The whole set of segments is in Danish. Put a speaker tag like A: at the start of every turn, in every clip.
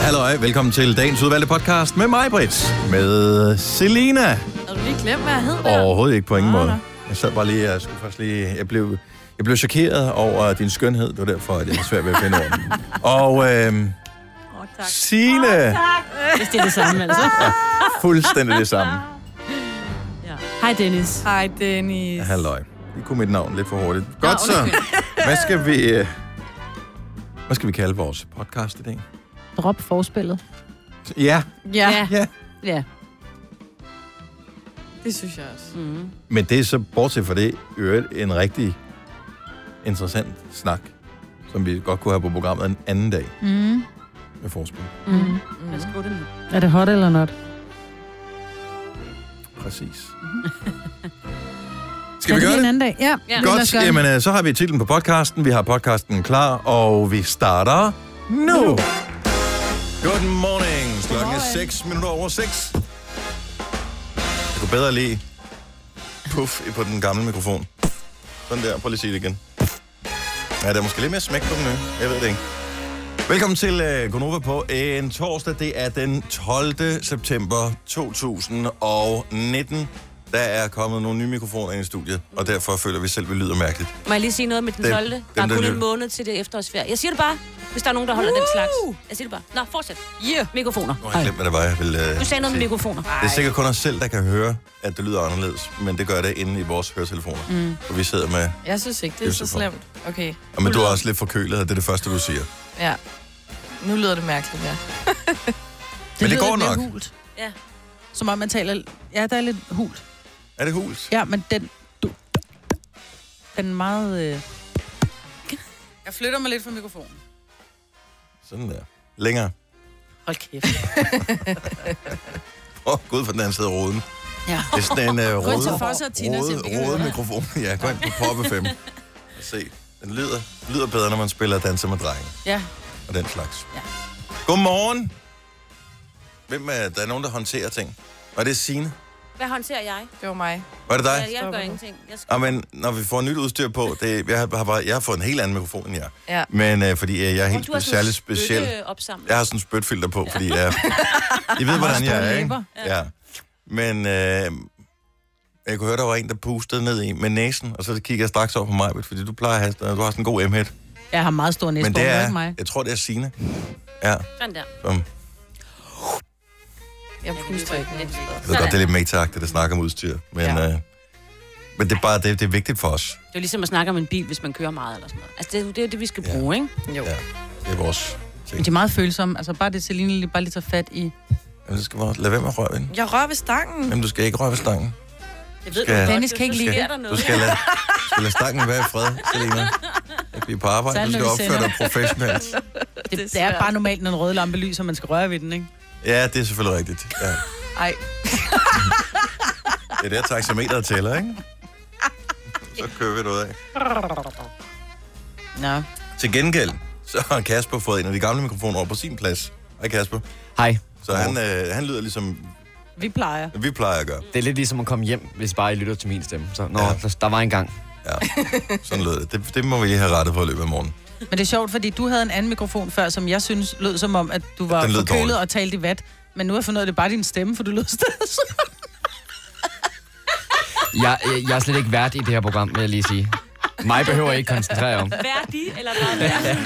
A: halløj. Velkommen til dagens udvalgte podcast med mig, Britt. Med Selina.
B: Havde du lige glemt, hvad jeg hed der?
A: Overhovedet ikke på ingen måde. Jeg sad bare lige, jeg skulle først lige, jeg blev, jeg blev chokeret over din skønhed. Det var derfor, at jeg havde svært ved at finde orden. Og øhm,
B: Oh, tak.
A: Signe,
C: Hvis det er det samme, altså.
A: fuldstændig det samme.
C: Ja. Hej, Dennis.
B: Hej, Dennis.
A: Halløj. I kunne mit navn lidt for hurtigt. Godt så. Hvad skal vi, øh, hvad skal vi kalde vores podcast i dag?
C: Drop forspillet.
A: Ja,
B: Ja,
C: Ja.
A: ja.
C: Ja.
B: det synes jeg også.
C: Mm.
A: Men det er så, bortset fra det, i øvrigt en rigtig interessant snak, som vi godt kunne have på programmet en anden dag
B: Mm.
A: med forspil.
C: Mm.
B: Mm.
C: Lad os gå det nu.
D: Er det hot eller not?
A: Præcis.
D: Ja,
A: Skal vi
D: bliver
A: gøre
D: en
A: det?
D: anden dag. Ja,
C: Ja.
D: det er
A: Godt, jamen øh, så har vi titlen på podcasten, vi har podcasten klar, og vi starter nu. Good morning. Klokken er 6 minutter over 6. Jeg kunne bedre lige puff på den gamle mikrofon. Sådan der, prøv lige at sige det igen. Ja, der er måske lidt mere smæk på den nye. Jeg ved det ikke. Velkommen til øh, Gonova på en torsdag. Det er den 12. september 2019. Der er kommet nogle nye mikrofoner ind i studiet, og derfor føler vi selv, at vi lyder mærkeligt.
E: Må jeg lige sige noget med den
A: Dem-
E: 12. Der
A: dem,
E: er
A: der
E: kun
A: lytter.
E: en måned til det efterårsferie. Jeg siger det bare, hvis der er nogen, der holder den slags. Jeg siger det bare. Nå, fortsæt.
B: Yeah.
E: Mikrofoner.
A: Nu har jeg glemt, hvad det var, jeg ville øh,
E: Du sagde noget med
A: sige.
E: mikrofoner.
A: Det er sikkert kun os selv, der kan høre, at det lyder anderledes, men det gør det inde i vores høretelefoner.
B: Mhm.
A: Mm. Og vi sidder med...
B: Jeg synes ikke, det er så
A: Josefov.
B: slemt. Okay,
A: Og men du er også lidt forkølet, og det er det første, du siger.
B: ja. Nu lyder det mærkeligt, ja.
A: Men det
D: lyder
A: går
D: lidt mere
A: nok.
D: Hult.
E: Ja.
D: Som om man taler... Ja, der er lidt hult.
A: Er det hus?
D: Ja, men den... Du, den er meget... Øh... Jeg flytter mig lidt fra mikrofonen.
A: Sådan der. Længere.
C: Hold kæft.
A: Åh, oh, gud for den anden side af roden.
D: Ja.
A: Det er sådan en uh,
D: Gå ind
A: røde,
D: til Foss og Tina, se, om vi kan
A: røde,
D: høre
A: røde
D: dig.
A: mikrofon. Ja, gå ind på Poppe 5. Og se. Den lyder, lyder bedre, når man spiller danser med drenge.
D: Ja.
A: Og den slags.
D: Ja.
A: Godmorgen. Hvem er, der er nogen, der håndterer ting. Var det Signe?
E: Hvad håndterer jeg?
B: Det var mig.
A: Var det dig? Ah.
E: Jeg, jeg
B: stopper
E: gør
B: nu.
E: ingenting. Jeg skal...
A: Ja, men når vi får nyt udstyr på, det, jeg, har, har bare, jeg har fået en helt anden mikrofon end jer.
B: Ja.
A: Men øh, fordi øh, jeg er helt
E: Du har
A: spe-
E: sådan
A: særlig
E: en
A: speciel.
E: spytteopsamling.
A: Jeg har sådan en spytfilter på, fordi jeg... I ved, hvordan jeg er, ikke?
D: læber.
A: Ja. Men øh, jeg kunne høre, der var en, der pustede ned i med næsen, og så kiggede jeg straks over på mig, fordi du plejer at have, du har sådan en god m
D: Jeg har meget stor næsebord,
A: Men det
D: ikke
A: er,
D: mig.
A: jeg tror, det er Signe. Ja,
E: Sådan der.
A: som,
B: Jeg puster ikke.
E: Lidt.
A: jeg ved godt, det er lidt meta der snakker om udstyr, men,
B: Ja.
A: øh, men det er bare, det, det er vigtigt for os.
C: Det er jo ligesom at snakke om en bil, hvis man kører meget eller sådan noget. Altså, det, er jo- det er jo det, vi skal
A: Ja.
C: bruge, ikke?
B: Jo.
A: Ja, det er vores
D: Men
A: ting.
D: de er meget følsomme. Altså bare det, Celine lige, bare lige tager fat i.
A: Jamen, så skal man lade være med at røre ved den.
B: Jeg rører ved stangen.
A: Jamen, du skal ikke røre ved stangen.
E: Jeg ved
A: Skal-
E: godt,
D: Dennis kan ikke
E: du
D: lide
E: sker
D: det.
E: der
A: Du
E: noget.
A: skal lade, du skal lade stangen være i fred, Selina. Ikke blive på arbejde, du
D: Særligt, når
A: skal
D: vi
A: opføre dig professionelt.
D: Det, det, det er bare normalt, når en rød lampe lyser, man skal røre ved den, ikke?
A: Ja, det er selvfølgelig rigtigt. Ja.
B: Ej,
A: Det er der taxameteret tæller, ikke? Så kører vi noget af.
D: Nå.
A: Til gengæld, så har Kasper fået en af de gamle mikrofoner over på sin plads. Hej Kasper.
F: Hej.
A: Så han, øh, han lyder ligesom
D: Vi plejer.
A: vi plejer at gøre.
F: Det er lidt ligesom at komme hjem, hvis bare I lytter til min stemme. Så, nå,
A: Ja.
F: ja. der, der var en gang.
A: Sådan lød det. det. Det må vi lige have rettet på i løbet af morgenen.
D: Men det er sjovt, fordi du havde en anden mikrofon før, som jeg synes lød som om, at du var
A: Den lød
D: forkølet
A: dårligt.
D: og talte i vat. Men nu har jeg fundet ud af, at det er bare din stemme, for du lød stadig
F: Jeg, jeg, jeg er slet ikke vært i det her program, vil jeg lige sige. Mig behøver jeg ikke koncentrere jer om.
E: Værdig eller bare værdig?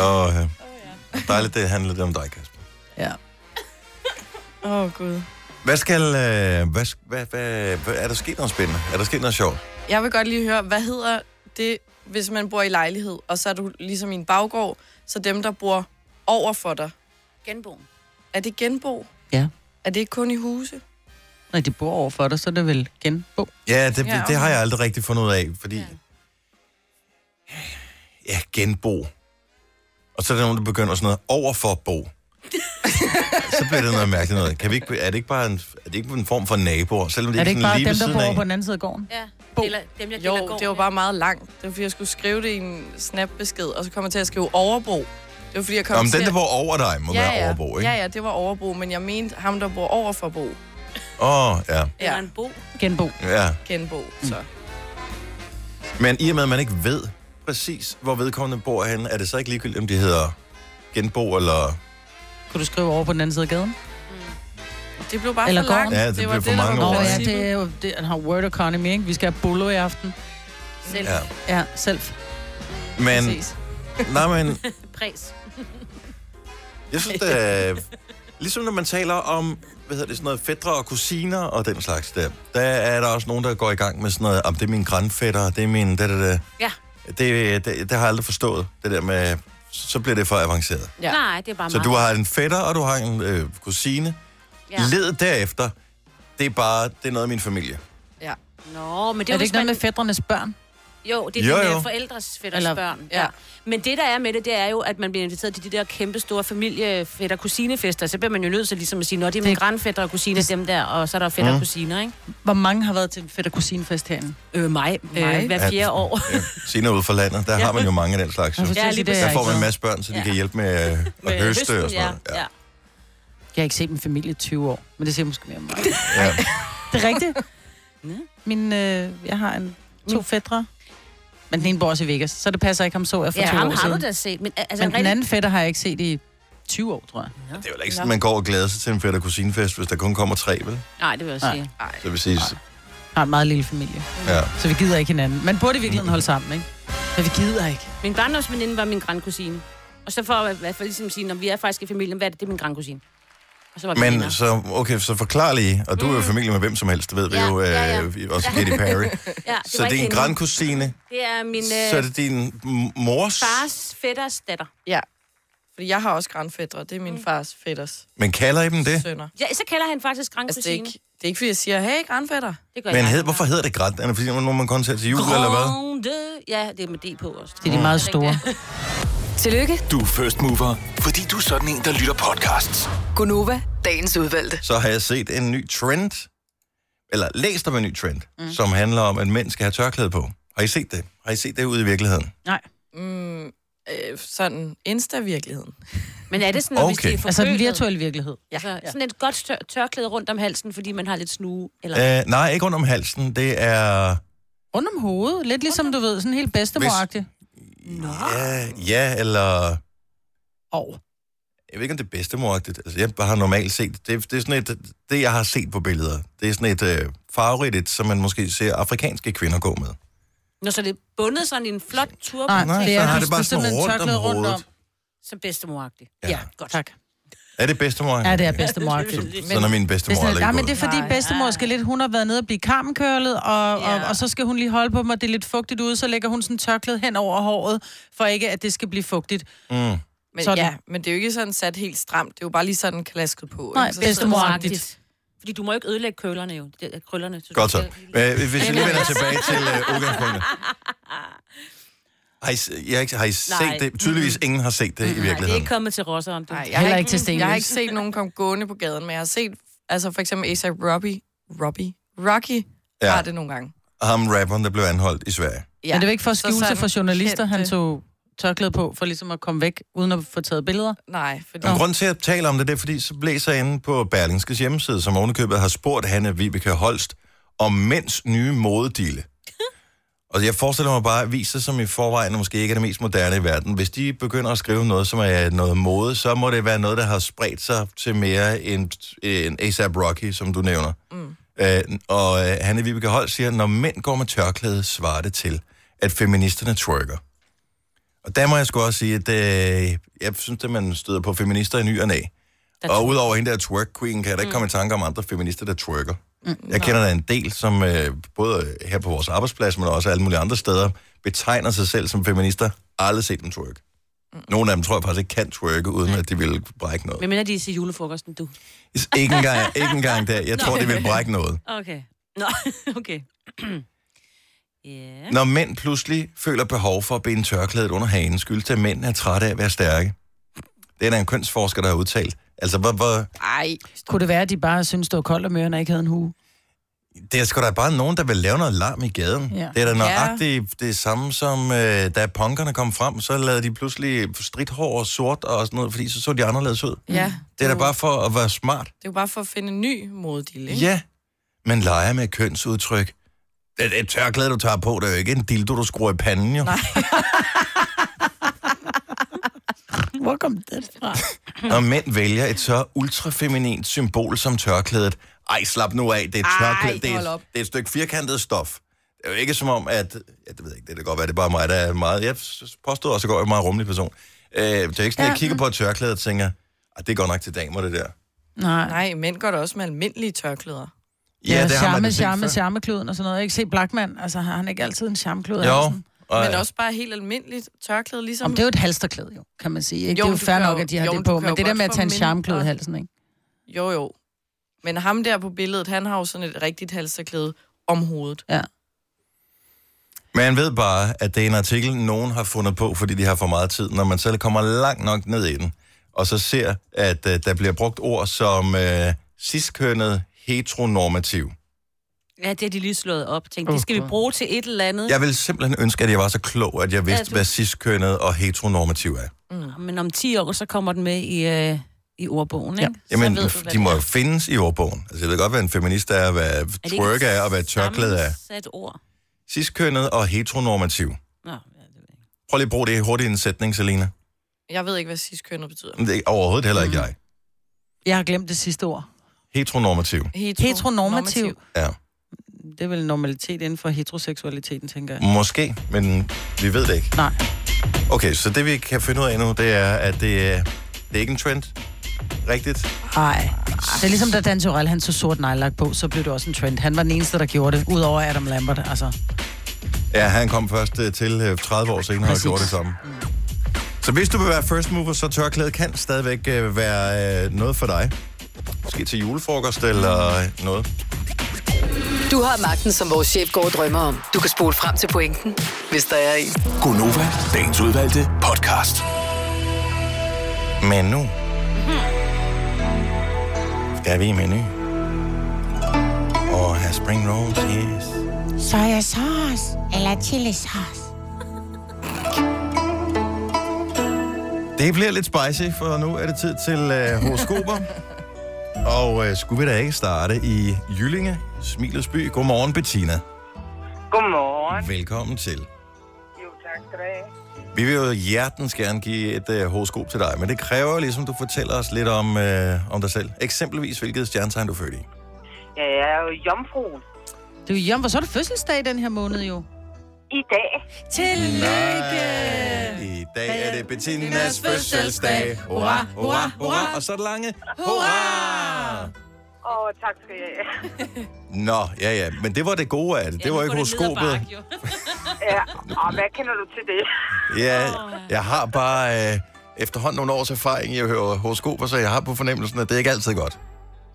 A: Og øh, dejligt, det handler det om dig, Kasper.
D: Ja.
B: åh oh, gud.
A: Hvad skal... Øh, hvad, sk- hvad, hvad, hvad, er der sket noget spændende? Er der sket noget sjovt?
B: Jeg vil godt lige høre, hvad hedder det, hvis man bor i lejlighed, og så er du ligesom i en baggård, så dem, der bor over for dig,
E: Genboen.
B: er det genbo?
D: Ja.
B: Er det ikke kun i huse?
D: Når de bor over for dig, så er det vel genbo.
A: Ja, det,
B: Ja,
A: ja,
B: okay.
A: det har jeg aldrig rigtig fundet ud af, fordi... Ja.
E: Ja.
A: ja, genbo. Og så er der nogen, der begynder sådan noget overfor bo. så bliver det noget mærkeligt noget. Kan vi ikke, er, det ikke bare en, er det ikke en form for naboer? Selvom det
D: Er det
A: ikke
D: ikke
A: sådan
D: bare
A: lige
D: dem,
A: ved
D: der
A: siden
D: bor over
A: af.
D: på den anden side af gården?
E: Ja.
D: Bo.
E: Deler, dem, jeg deler
B: Jo, det var bare meget langt. Det var, fordi jeg skulle skrive det i en snapbesked, og så kom jeg til at skrive overbro. Det var, fordi jeg kom
A: Nå, men
B: til
A: den, der
B: at-
A: bor over dig, må ja, være
B: ja.
A: overbo, ikke?
B: Ja,
A: Åh,
B: ja, det var overbo, men jeg mente ham, der bor over for bo,
A: ja. Oh, ja.
E: Ja. Eller en bo.
D: Genbo.
A: ja.
B: genbo, så.
A: Men i og med, at man ikke ved præcis, hvor vedkommende bor henne, er det så ikke ligegyldigt, om de hedder genbo eller...
D: Kunne du skrive over på den anden side af gaden?
E: Mm.
B: Det blev bare
D: Eller
B: for langt.
D: gården?
A: Ja, det blev for mange
D: Nå
A: år.
D: ja,
A: ikke?
D: det er jo det, han har word economy, ikke? Vi skal have bolo i aften.
E: Selv.
A: Ja.
D: Ja, selv.
A: Men, nej, men
E: Præs.
A: jeg synes, det er... Ligesom når man taler om, hvad hedder det, sådan noget fædre og kusiner og den slags der, der er der også nogen, der går i gang med sådan noget, om det er min grandfætter, det er min... Det, det, det.
E: Ja.
A: Det, det, det, har jeg aldrig forstået, det der med... Så bliver det for avanceret.
E: ja. Nej, det er bare
A: Så
E: mig.
A: du har en fætter, og du har en øh, kusine. Ja.
E: Ja.
A: Led derefter, det er bare, det er noget af min familie.
B: Ja.
E: Nå, men det
D: Det er,
E: er,
D: er det
E: hvis
D: ikke noget
E: man...
D: med fædrenes børn?
E: Jo, det er
A: Jo,
E: jo,
A: jo.
E: jo. forældres fætters
D: Eller-
E: Eller... børn.
B: ja.
E: Ja. Men det, der er med det, det er jo, at man bliver inviteret til de der kæmpe store familiefætter kusinefester. Så bliver man jo nødt til ligesom at sige, nå, det er mine grandfætter og kusiner, dem der, og så er der fætter
A: Mm.
E: og kusiner, ikke?
D: Hvor mange har været til en fætter kusinefest herinde?
E: Øh, mig.
D: Mig?
E: Øh, hver fjerde
A: Ja.
E: år.
A: Senere ude for landet, der ja. har man jo mange af den slags. Jo.
D: Jeg,
E: Ja,
D: ja,
E: lige
D: lige det,
E: præcis.
D: jeg,
A: Der
D: ikke
A: får man en
D: været.
A: masse børn, så de
E: Ja.
A: kan hjælpe med øh, at høste og sådan noget.
E: ja. ja.
D: jeg har ikke set en familie i 20 år, men det ser måske mere om mig.
A: Ja.
D: Det er rigtigt. Min, øh, jeg har en, to fædre, men den ene bor også i Vegas, så det passer ikke, ham så jeg for
E: Ja,
D: to
E: ham
D: år
E: har
D: siden.
E: du da set. Men, altså,
D: Men
E: men
D: den
E: rigtig...
D: anden fætter har jeg ikke set i 20 år, tror jeg.
A: Det er jo da ikke sådan, man går og glæder sig til en fætter kusinefest, hvis der kun kommer tre, vel?
E: Nej, det vil jeg
D: Nej.
E: sige.
A: Så det vil sige,
D: Har en meget lille familie,
A: ja.
D: så vi gider ikke hinanden. Man burde i virkeligheden holde sammen, ikke? Men vi gider ikke.
E: Min barndomsveninde var min grandkusine. Og så for at i hvert fald ligesom sige, når vi er faktisk i familien, hvad er det, det er min grandkusine. Og så var vi venner.
A: Men så, okay, så forklar lige, og du er jo familie med hvem som helst, ved vi
E: Mm. Ja,
A: jo, øh,
E: ja,
A: også Katy Perry.
E: Ja, det
A: Så
E: var
A: det er en
E: ikke hende.
A: grandkusine,
E: Det er min
A: så er
E: øh,
A: det din m- mors,
E: fars fætters datter. Mm.
B: Ja. Fordi jeg har også grandfædre. Det er min fars fætters
A: men kalder I dem det?
B: sønner.
E: Ja, så kalder han faktisk
B: Altså, det er,
E: grandkusine.
B: ikke, det er ikke, fordi jeg siger, hey, grandfætter.
E: det gør
A: Men
E: jeg.
A: hed, hvorfor hedder det græt? Er det fordi, når man kun ser til jul, eller hvad?
E: Grande. Ja, det er med D på også.
D: Det er de meget store.
G: Tillykke,
H: Du er first mover, fordi du er sådan en, der lytter podcasts.
G: Gunova, dagens udvalgte.
A: så har jeg set en ny trend, eller læst om en ny trend, mm. som handler om, at mænd skal have tørklæde på. Har I set det? Har I set det ude i virkeligheden?
D: Nej.
B: Mm, øh, sådan Insta-virkeligheden.
E: Men er det sådan, okay. hvis
A: Okay.
E: det er for
D: Altså den virtuelle virkelighed.
E: Ja. Så sådan et godt tør- tørklæde rundt om halsen, fordi man har lidt snue. Eller...
A: Øh, nej, ikke rundt om halsen. Det er...
D: Rundt om hovedet. Lidt ligesom, du ved, sådan helt bedstemoragtigt.
E: Ah!
A: Ja, ja, eller...
D: Og
A: Jeg ved ikke, om det er bedstemoragtigt. Altså, jeg har normalt set... Det, det er sådan et... Det, jeg har set på billeder, det er sådan et øh, farverigt, som man måske ser afrikanske kvinder gå med.
E: Når så er det er bundet sådan i en flot turban,
D: Nej,
A: Nej,
D: det
A: så
D: er,
A: har
D: du
A: det bare
D: skal
A: sådan
D: simpelthen
A: rundt om
D: tørklæde rundt
A: hovedet.
D: om.
E: så bedstemoragtigt.
A: Ja.
E: godt.
D: Tak.
A: Er det bedstemor?
D: Ja, det er bedstemoragtigt.
A: Sådan er min
D: Det er
A: bedstemor
D: sådan,
A: aldrig
D: nej, men
A: gået.
D: det er fordi bedstemor skal lidt, hun har været nede og blive karmenkørlet, og, og,
E: Ja.
D: og, så skal hun lige holde på mig, det er lidt fugtigt ude, så lægger hun sådan tørklæde hen over håret, for ikke at det skal blive fugtigt.
A: Mm.
B: Men,
D: Sådan.
B: ja, men det er jo ikke sådan sat helt stramt. Det er jo bare lige sådan klasket på.
D: Nej,
B: ikke? Så
D: bedstemor.
E: Bedstemoragtigt. Altså, Fordi du må jo ikke ødelægge køllerne jo. Det er krøllerne. Så du
A: Godt så.
E: skal-
A: Øh, Hvis vi lige vender tilbage til øh, udgangspunktet. Har I, s- jeg, har ikke- har I set
E: Nej. Mm.
A: det? Tydeligvis ingen har set det i
E: Nej, det er
A: virkeligheden.
E: ikke kommet til rosser om du.
B: Mm. Nej,
E: Nej.
B: jeg har
D: Heller
B: ikke,
D: ikke til
B: jeg har
D: Stenløs.
B: ikke set nogen komme gående på gaden, men jeg har set, altså for eksempel A$AP Robbie, Robbie, Rocky
A: Ja.
B: ja. har det nogle gange.
A: Ham rapperen, der blev anholdt i Sverige.
B: Ja.
D: Ja. Men det var ikke for at
B: Så
D: skjule sig
B: sådan
D: for journalister, han
B: kendte-
D: tog tørklæde på, for ligesom at komme væk, uden at få taget billeder.
B: Nej, fordi...
A: Men grunden til, at jeg taler om det, det er, fordi så blæser jeg inde på Berlingskes hjemmeside, som ovenikøbet har spurgt Hanne Vibeke Holst om mænds nye modedille. Og jeg forestiller mig bare, at viser, som i forvejen måske ikke er det mest moderne i verden, hvis de begynder at skrive noget, som er noget mode, så må det være noget, der har spredt sig til mere end, end A$AP Rocky, som du nævner. Mm. Øh, og øh, Hanne Vibeke Holst siger, når mænd går med tørklæde, svarer det til, at feministerne twerker. Og der må jeg sgu også sige, at øh, jeg synes, at man støder på feminister i ny og næ. Og udover hende der twerk queen, kan jeg da ikke komme i tanke om andre feminister, der twerker. Jeg kender da en del, som øh, både her på vores arbejdsplads, men også alle mulige andre steder, betegner sig selv som feminister. Aldrig set dem twerk. Nogle af dem tror jeg faktisk ikke kan twerke, uden at de vil brække noget.
E: Men mener de er til julefrokosten, du?
A: Ikke engang, ikke engang der. Jeg tror, de vil brække noget.
E: Okay. Nå, okay. Ja.
A: Når mænd pludselig føler behov for at binde tørklædet under hagen, skyldes det, at mænd er trætte af at være stærke. Det er der en kønsforsker, der har udtalt. Altså, hvor, hvor,
B: Ej,
D: Kunne det være, at de bare synes, det var koldt om ørerne og ikke havde en hue?
A: Det er sgu da bare nogen, der vil lave noget larm i gaden. Ja.
D: Ja.
A: Det er da nøjagtigt det samme som, øh, da punkerne kom frem, så lavede de pludselig stridthår og sort og sådan noget, fordi så så de anderledes ud.
B: ja.
A: Det er da
B: jo-
A: bare for at være smart.
B: Det er jo bare for at finde en ny modedille, ikke?
A: Ja, man leger med kønsudtryk. Et, et tørklæde, du tager på, det er jo ikke en dildo, du skruer i panden, jo. Nej.
D: Hvor kom det fra?
A: Når mænd vælger et så ultrafeminint symbol som tørklædet, ej, slap nu af, det er et tørklæde, det er,
B: hold
A: det
B: op.
A: er et stykke firkantet stof. Det er jo ikke som om, at... Ja, det ved jeg ikke, det kan godt være, det er bare mig, der er meget... Jeg s- påstod også, at jeg er en meget rummelig person. Øh, det er ikke sådan, at jeg kigger på et tørklæde og tænker, at det er godt nok til damer, det der.
D: Nej.
B: Nej, mænd gør det også med almindelige tørklæder.
D: Ja, ja
A: det har man
D: charme,
A: da tænkt
D: charme,
A: før.
D: charmekluden og sådan noget. Ikke se Blackman, altså har han ikke altid en charmeklud?
A: Jo. Og,
B: Men også bare helt almindeligt tørklæde, ligesom...
D: Om det er jo et halsterklæde, jo, kan man sige. Ikke? Jo,
B: Jo,
D: det er
B: men du
D: jo fair
B: kan
D: nok,
B: jo-
D: at de har
B: jo,
D: det
B: men
D: på,
B: du kan
D: men
B: jo
D: det der
B: godt
D: med at
B: få
D: tage en
B: mindre-
D: charmeklud i halsen, ikke?
B: Jo, jo. Men ham der på billedet, han har jo sådan et rigtigt halsterklæde om hovedet.
D: Ja.
A: Man ved bare, at det er en artikel, nogen har fundet på, fordi de har for meget tid, når man selv kommer langt nok ned i den, og så ser, at uh, der bliver brugt ord som uh, sidstkønnet heteronormativ.
E: Ja, det har de lige slået op. Tænkte, det skal vi bruge til et eller andet.
A: Jeg ville simpelthen ønske, at jeg var så klog, at jeg vidste,
E: Mm. Ja, du-
A: hvad sidstkønnet og heteronormativ er.
E: Ja. Men om 10 år, så kommer den med i, øh, i ordbogen, ikke? Ja.
A: Jamen,
E: så ved du, hvad
A: de må
E: det
A: jo findes i ordbogen. Altså, jeg ved godt, hvad en feminist er, hvad
E: ikke
A: twerk er, og hvad
E: et
A: tørklæde er.
E: sammensat ord.
A: Sidstkønnet og heteronormativ.
E: Nå, ja, det ved jeg ikke.
A: Prøv lige at bruge det hurtigt i en sætning, Selina.
B: Jeg ved ikke, hvad cis-kønnet betyder.
A: Men Det er overhovedet heller
E: Mm.
A: ikke jeg.
D: Jeg har glemt det sidste ord.
A: Heteronormativ.
B: Hetero-
D: Heteronormativ.
B: normativ.
A: Ja.
D: Det er vel normalitet inden for heteroseksualiteten, tænker jeg.
A: Måske, men vi ved det ikke.
D: Nej.
A: Okay, så det vi kan finde ud af nu, det er, at det, er- det er ikke en trend. Rigtigt?
D: Nej. Det er ligesom, da Dan Tyrell, han så sort nejlagt på, så blev det også en trend. Han var den eneste, der gjorde det, udover Adam Lambert, altså.
A: Ja, han kom først øh, til øh, 30 år senere og gjorde det samme. Så hvis du vil være first mover, så tørklæde kan stadigvæk øh, være øh, noget for dig. Måske til julefrokost eller øh, noget.
G: Du har magten, som vores chef går og drømmer om. Du kan spole frem til pointen, hvis der er en.
H: Gonova, dagens udvalgte podcast.
A: Men nu skal vi i menu. Og have spring rolls, yes.
I: Soja sauce eller chili sauce.
A: Det bliver lidt spicy, for nu er det tid til øh, horoskoper. og øh, skulle vi da ikke starte i Jyllinge, Smilets by. Godmorgen, Bettina.
J: Godmorgen.
A: Velkommen til.
J: Jo, tak skal du have.
A: Vi vil jo hjertens gerne give et øh, horoskop til dig, men det kræver ligesom, du fortæller os lidt om, øh, om dig selv. Eksempelvis, hvilket stjernetegn du er født i.
J: Ja, jeg er jo jomfruen
D: Det er jo jommer, så er det fødselsdag i den her måned jo.
J: i dag.
A: I dag er det Bettinas fødselsdag. Hurra, hurra, hurra. Og så er det lange. Hurra!
J: Og oh, tak skal jeg have.
A: Nå, ja, ja. Men det var det gode af det. Det var ikke horoskopet.
J: Ja, og hvad kender du til det?
A: Ja, jeg har bare øh, efterhånden nogle års erfaring i at høre horoskoper, så jeg har på fornemmelsen, at det ikke altid er godt.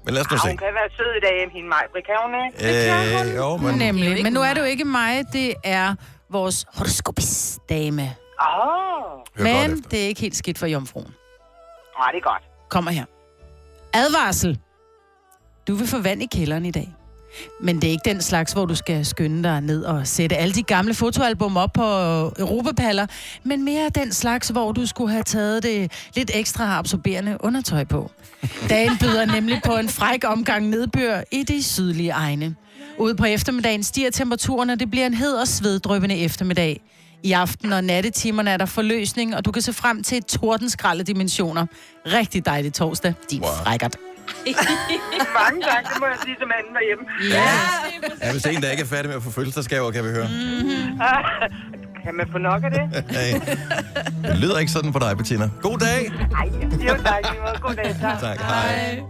A: Men lad os nu
J: Ah,
A: se.
J: hun kan være sød i dag, hende mig, kan hun ikke?
A: Øh, jo, men
D: Nemlig. Men nu er det jo ikke mig, det er vores horoskopis-dame.
J: Åh,
A: hør godt
D: Men
A: efter.
D: det er ikke helt skidt for jomfruen.
J: oh, det er godt.
D: Kommer her. Advarsel. Du vil få vand i kælderen i dag. Men det er ikke den slags, hvor du skal skynde dig ned og sætte alle de gamle fotoalbum op på europapaller, men mere den slags, hvor du skulle have taget det lidt ekstra absorberende undertøj på. Dagen byder nemlig på en fræk omgang nedbør i de sydlige egne. Ude på eftermiddagen stiger temperaturen, og det bliver en hed og sveddrøbende eftermiddag. I aften og nattetimerne er der forløsning, og du kan se frem til et tordenskrald af dimensioner. Rigtig dejlig torsdag, din wow.
A: øh,
D: frækkert.
J: Mange tak, det må jeg sige til manden derhjemme.
A: Ja, hvis en, der ikke er færdig med at få fødselsdagsgaver, kan vi høre. Mm.
J: Kan man få nok af det?
A: Det lyder ikke sådan for dig, Bettina. God dag!
J: Nej, jo tak. i måde. God dag, tak.
A: Tak, hej.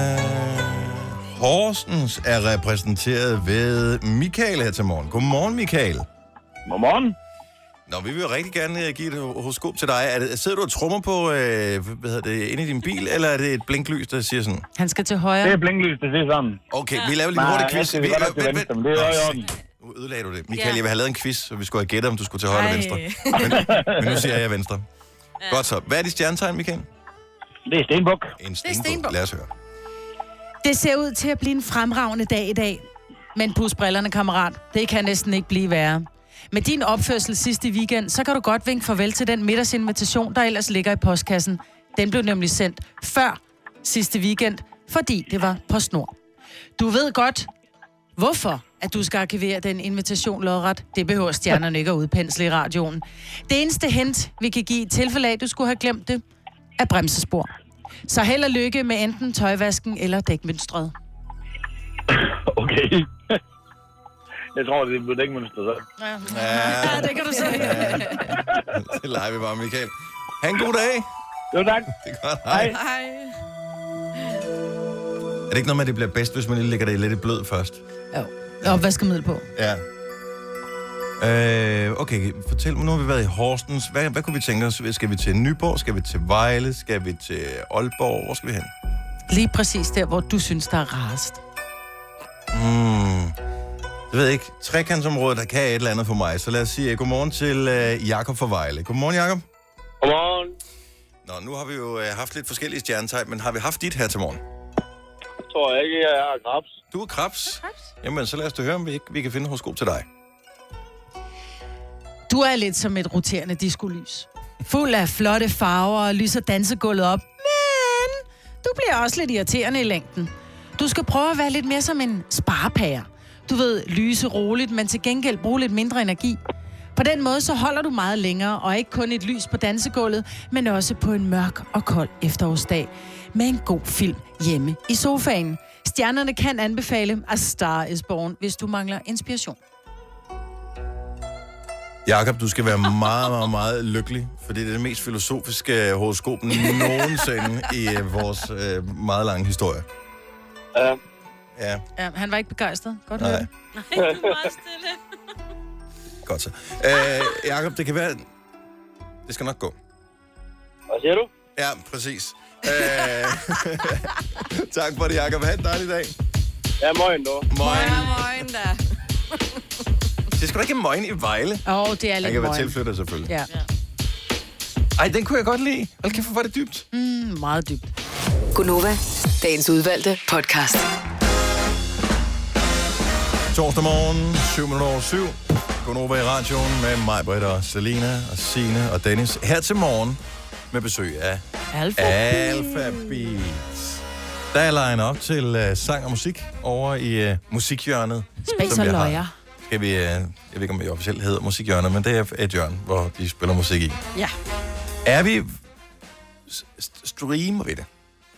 A: Øh, Horsens er repræsenteret ved Michael her til morgen. Godmorgen, Michael.
K: Godmorgen.
A: Nå, vi vil jo rigtig gerne øh, give et ho- horoskop til dig. Er det, sidder du og trummer på, øh, hvad hedder det, inde i din bil, eller er det et blinklys, der siger sådan?
D: Han skal til
K: Det
D: højre.
K: er blinklys, det er sådan.
A: Okay, vi laver lige en
K: Nej,
A: hurtig
K: jeg
A: quiz.
K: skal
A: Vi,
K: godt nok til
A: vent,
K: venstre,
A: vent.
K: men det er
A: Nå,
K: i orden.
A: se, Nu ødelagde du det. Michael, jeg vil have lavet en quiz, så vi skulle have gættet, om du skulle til højre eller venstre. Men, men nu siger jeg venstre. Godt så. Hvad er dit stjernetegn, Michael?
K: Det er Stenbuk.
A: En stenbog. Lad os høre.
D: Det ser ud til at blive en fremragende dag i dag. Men pus brillerne, kammerat. Det kan næsten ikke blive værre. Med din opførsel sidste weekend, så kan du godt vinke farvel til den middagsinvitation, der ellers ligger i postkassen. Den blev nemlig sendt før sidste weekend, fordi det var på snor. Du ved godt, hvorfor at du skal arkivere den invitation lodret. Det behøver stjernerne ikke at udpensle i radioen. Det eneste hint, vi kan give i tilfælde af, at du skulle have glemt det, er bremsespor. Så held og lykke med enten tøjvasken eller dækmønstret.
K: Okay. Jeg tror, det er blevet ikke mindst så.
A: Ja,
D: det kan du se.
A: det leger vi bare, Michael. Ha' en god dag.
K: Jo, tak.
A: Det er godt. Hej.
B: Hej.
A: Er det ikke noget med, at det bliver bedst, hvis man lige lægger det lidt i blød først?
D: Og vaskemiddel på.
A: Ja. Øh, okay, fortæl mig, nu har vi været i Horsens. Hvad, hvad kunne vi tænke os? Skal vi til Nyborg? Skal vi til Vejle? Skal vi til Aalborg? Hvor skal vi hen?
D: Lige præcis der, hvor du synes, der er rarest.
A: Mm. Jeg ved ikke. Trekantsområdet, der kan et eller andet for mig. Så lad os sige øh, godmorgen til øh, Jakob fra Vejle. Godmorgen, Jakob.
K: Godmorgen.
A: Nå, nu har vi jo øh, haft lidt forskellige stjernetegn, men har vi haft dit her til morgen?
K: Tror jeg ikke, jeg er krabs.
A: Du er krebs. Jamen, så lad os da høre, om vi, ikke, vi kan finde horoskop til dig.
D: Du er lidt som et roterende diskolys. Fuld af flotte farver og lyser dansegulvet op. Men du bliver også lidt irriterende i længden. Du skal prøve at være lidt mere som en sparepære. Du ved, lyse roligt, men til gengæld bruge lidt mindre energi. På den måde så holder du meget længere, og ikke kun et lys på dansegulvet, men også på en mørk og kold efterårsdag med en god film hjemme i sofaen. Stjernerne kan anbefale A Star is Born, hvis du mangler inspiration.
A: Jakob, du skal være meget, meget, meget lykkelig, for det er det mest filosofiske horoskop nogensinde i øh, vores øh, meget lange historie.
K: Ja.
A: Ja,
D: Ja, han var ikke begejstret. Godt
A: Nej.
D: hørt.
A: godt så. Øh, Jakob, det kan være... Det skal nok gå.
K: Hvad siger du?
A: Ja, præcis. Øh, tak for det, Jacob. Ha' en dejlig dag.
K: Ja, morgen dog.
A: Moin.
B: Morgen da.
A: Det skal da ikke moin i Vejle.
D: Åh, oh, det er
A: Han
D: lidt
A: kan være
D: møgen.
A: tilflytter, selvfølgelig.
D: Ja.
A: Ej, den kunne jeg godt lide. Hold kæft, hvor var det dybt.
D: Mm, meget dybt.
G: Gunova, dagens udvalgte podcast.
A: Torsdag morgen, 7 minutter over 7. Gunova i radioen med mig, Britt og Selina og Sine og Dennis. Her til morgen med besøg af
D: Alfa.
A: Alpha Beats. Der er line op til uh, sang og musik over i uh, musikhjørnet.
D: Space
A: som
D: og
A: vi har.
D: løjer.
A: Skal vi, uh, jeg ved ikke, om det officielt hedder musikhjørnet, men det er et hjørne, hvor de spiller musik i.
D: Ja.
A: Er vi... s- st- Streamer vi det?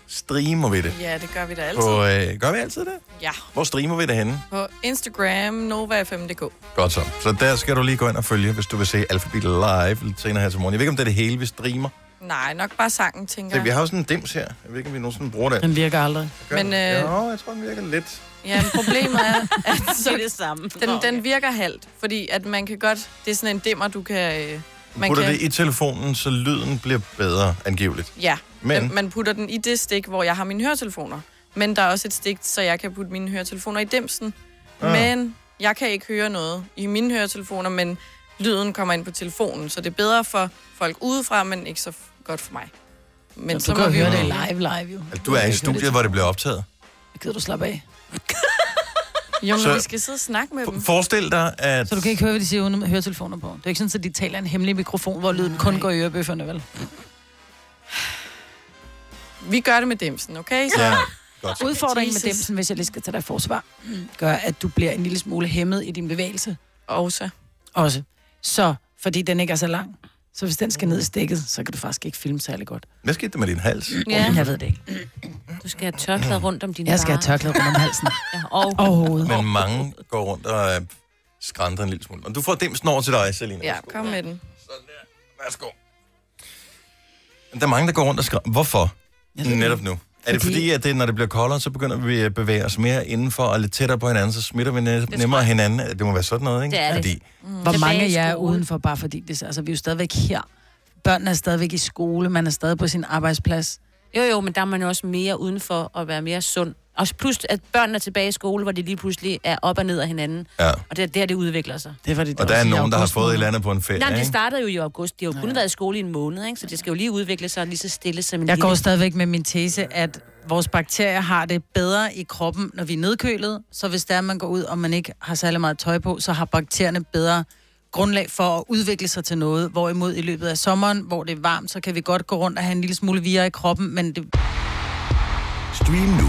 A: Streamer vi det?
B: Ja, det gør vi da
A: På,
B: altid.
A: øh, gør vi altid det?
B: Ja.
A: Hvor streamer vi det henne?
B: På Instagram, NovaFM.dk.
A: Godt så. Så der skal du lige gå ind og følge, hvis du vil se Alphabet Live lidt senere her til morgen. Jeg ved ikke, om det er det hele, vi streamer.
B: Nej, nok bare sangen, tænker
A: Ja. Vi
B: jeg.
A: har jo sådan en dims her. Jeg ved ikke, om vi nogensinde bruger den.
D: Den virker aldrig.
A: Gør
B: Men,
A: den?
B: øh,
A: Jo, jeg tror, den virker lidt.
B: Ja, men problemet er, at
E: Det er
B: så,
E: det samme.
B: den, den virker halvt, fordi at man kan godt... Det er sådan en dimmer, du kan... øh,
A: Man
B: Man
A: Putter
B: kan,
A: det i telefonen, så lyden bliver bedre, angiveligt.
B: Ja,
A: Men-
B: men... man putter den i det stik, hvor jeg har mine høretelefoner. Men der er også et stik, så jeg kan putte mine høretelefoner i dimsen.
A: Ah.
B: Ah. Men jeg kan ikke høre noget i mine høretelefoner, men lyden kommer ind på telefonen, så det er bedre for folk udefra, men ikke så f- godt for mig. Men
D: Du kan jo
B: vi
D: høre
B: jo-
D: det live, live jo.
A: Altså, du er i studiet, hvor det bliver optaget.
D: Gider du slappe af?
B: Jo, men
A: Så-
B: vi skal sidde og snakke med dem.
A: F- forestil dig, at...
D: Så du kan ikke høre, hvad de siger uden høretelefoner på. Det er jo ikke sådan, at de taler i en hemmelig mikrofon, hvor lyden kun går i ørebøfferne, vel?
B: Vi gør det med dimsen, okay? Så
A: Ja, godt. så.
D: Udfordringen med
B: Jesus.
D: demsen, hvis jeg lige skal tage dig i forsvar, gør, at du bliver en lille smule hæmmet i din bevægelse
B: Og så.
D: også. Så, fordi den ikke er så lang. Så hvis den skal ned i stikket, så kan du faktisk ikke filme særlig godt.
A: Hvad skete der med din hals?
E: Ja.
D: Jeg ved det ikke.
E: Du skal have tørklæde rundt om dine
D: Jeg skal have
E: varer.
D: tørklæde rundt om halsen.
E: Ja, og
D: Og hovedet.
A: Men mange går rundt og øh, skrænter en lille smule. Og du får dimsen over til dig, Selina.
B: Ja, kom med den.
A: Værsgo. Der er mange, der går rundt og skriver. Hvorfor? Netop nu. Er det
D: Fordi-
A: fordi, at det, når det bliver koldere, så begynder vi at bevæge os mere indenfor og lidt tættere på hinanden, så smitter vi næ- nemmere hinanden? Det må være sådan noget, ikke?
E: Det er det.
A: Fordi,
D: Hvor mange af
E: Mm. i
D: jer er
E: skole.
D: udenfor, bare fordi det, altså, vi er jo stadigvæk her. Børnene er stadigvæk i skole, man er stadig på sin arbejdsplads.
E: Jo, jo, men der er man jo også mere udenfor at være mere sund. Og plus, at børnene er tilbage i skole, hvor de lige pludselig er op og ned af hinanden.
A: ja.
E: Og det er der, det udvikler sig.
D: Det var det,
A: Og der er nogen, der har fået et eller andet på en ferie,
E: Nej, men det
A: ikke?
E: startede jo i august. De har jo kun været i skole i en måned, ikke? så det skal jo lige udvikle sig lige så stille som en
D: Jeg
E: lille.
D: går stadigvæk med min tese, at vores bakterier har det bedre i kroppen, når vi er nedkølet. Så hvis der man går ud, og man ikke har særlig meget tøj på, så har bakterierne bedre grundlag for at udvikle sig til noget. Hvorimod i løbet af sommeren, hvor det er varmt, så kan vi godt gå rundt og have en lille smule vira i kroppen, men det...
L: Stream nu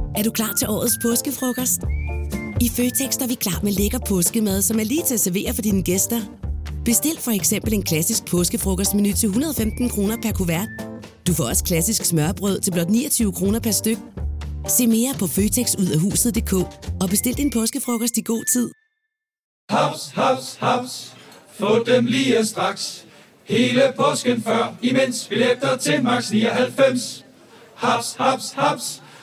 M: Er du klar til årets påskefrokost? I Føtex er vi klar med lækker påskemad, som er lige til at servere for dine gæster. Bestil for eksempel en klassisk påskefrokostmenu til 115 kroner per kuvert. Du får også klassisk smørbrød til blot 29 kroner per styk. Se mere på føtexudafhuset.dk og bestil din påskefrokost i god tid.
N: Haps, haps, haps. Få dem lige straks. Hele påsken før, imens billetter til max 99. Haps, haps, haps.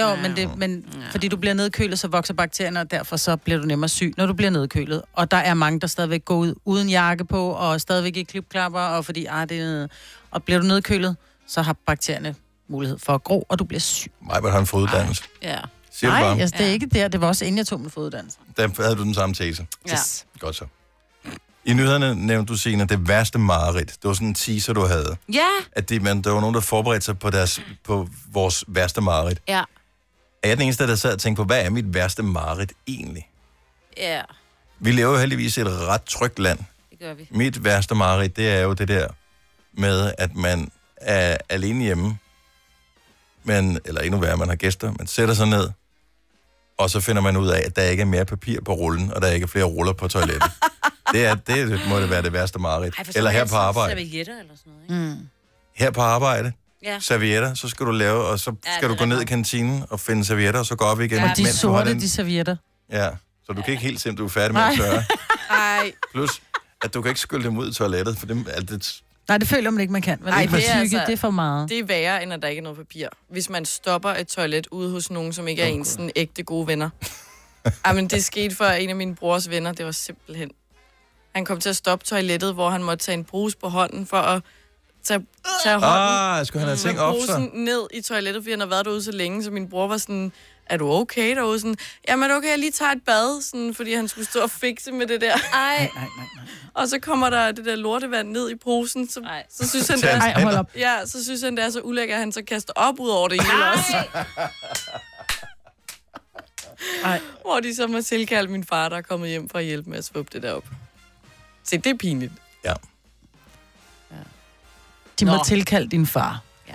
D: Jo, ja. men, det, men ja. fordi du bliver nedkølet, så vokser bakterierne, og derfor så bliver du nemmere syg, når du bliver nedkølet. Og der er mange, der stadigvæk går ud uden jakke på, og stadigvæk i klipklapper, og fordi, ah, det er... Og bliver du nedkølet, så har bakterierne mulighed for at gro, og du bliver syg.
A: Majbert har en foduddannelse.
D: Ja.
A: Siger du
D: Nej,
A: bare?
D: altså, det er ikke der. Det var også inden jeg tog min foduddannelse.
A: Der havde du den samme tese.
D: Ja. Yes.
A: Godt så. I nyhederne nævnte du, Signe, det værste mareridt. Det var sådan en teaser, du havde.
E: Ja.
A: At det, man, der var nogen, der forberedte sig på, deres, på vores værste mareridt.
E: Ja.
A: Er jeg den eneste, der sad og tænkte på, hvad er mit værste mareridt egentlig?
E: Ja,
A: Vi lever jo heldigvis i et ret trygt land.
E: det gør vi.
A: Mit værste mareridt, det er jo det der med, at man er alene hjemme, men, eller endnu værre, man har gæster, man sætter sig ned, og så finder man ud af, at der ikke er mere papir på rullen, og der ikke er flere ruller på toilettet. det, er, det må det være det værste mareridt.
E: Ej, for så
A: Eller
E: er
A: her
E: det
A: på
E: sådan
A: arbejde.
E: Servietter eller sådan noget,
D: Mm.
A: Her på arbejde,
E: Ja.
A: servietter, så skal du lave, og så
D: Ja,
A: skal du
D: det
A: gå ned i kantinen og finde servietter, og så gå op igen.
D: Ja, og de
A: mens du har
D: sorte,
A: den-
D: de servietter.
A: Ja, så du kan ikke helt se, om du er færdig med at
D: Nej.
A: tørre.
B: Nej.
A: Plus, at du kan ikke skylle dem ud i toilettet, for dem er det...
D: Nej, det føler man ikke, man kan. Men Ej, det, er altså... det er for meget.
B: Det er værre, end at der ikke er noget papir. Hvis man stopper et toilet ude hos nogen, som ikke er ens sådan ægte gode venner. Ej, men det skete for en af min brors venner. Det var simpelthen... Han kom til at stoppe toilettet, hvor han måtte tage en brus på hånden for at tage, tage hånden.
A: Ah, skulle han have
B: Mm.
A: ting
B: Med
A: op, så?
B: brusen ned i toilettet, fordi han har været derude så længe, så min bror var sådan, er du okay derude? Sådan, Jamen okay, jeg lige tager et bad, sådan, fordi han skulle stå og fikse med det der. Ej. Nej, nej, nej. Og så kommer der det der lortevand ned i posen, så, så synes han,
D: Til
B: det er,
D: hans Ej, hold op.
B: Ja, så synes han, det er så ulækkert, at han så kaster op ud over det hele også.
D: Ej.
B: Hvor de så må tilkalde min far, der er kommet hjem for at hjælpe med at svøbe det der op. Se, det er pinligt.
A: Ja.
D: De må
B: Nå.
D: tilkalde din far. Ja.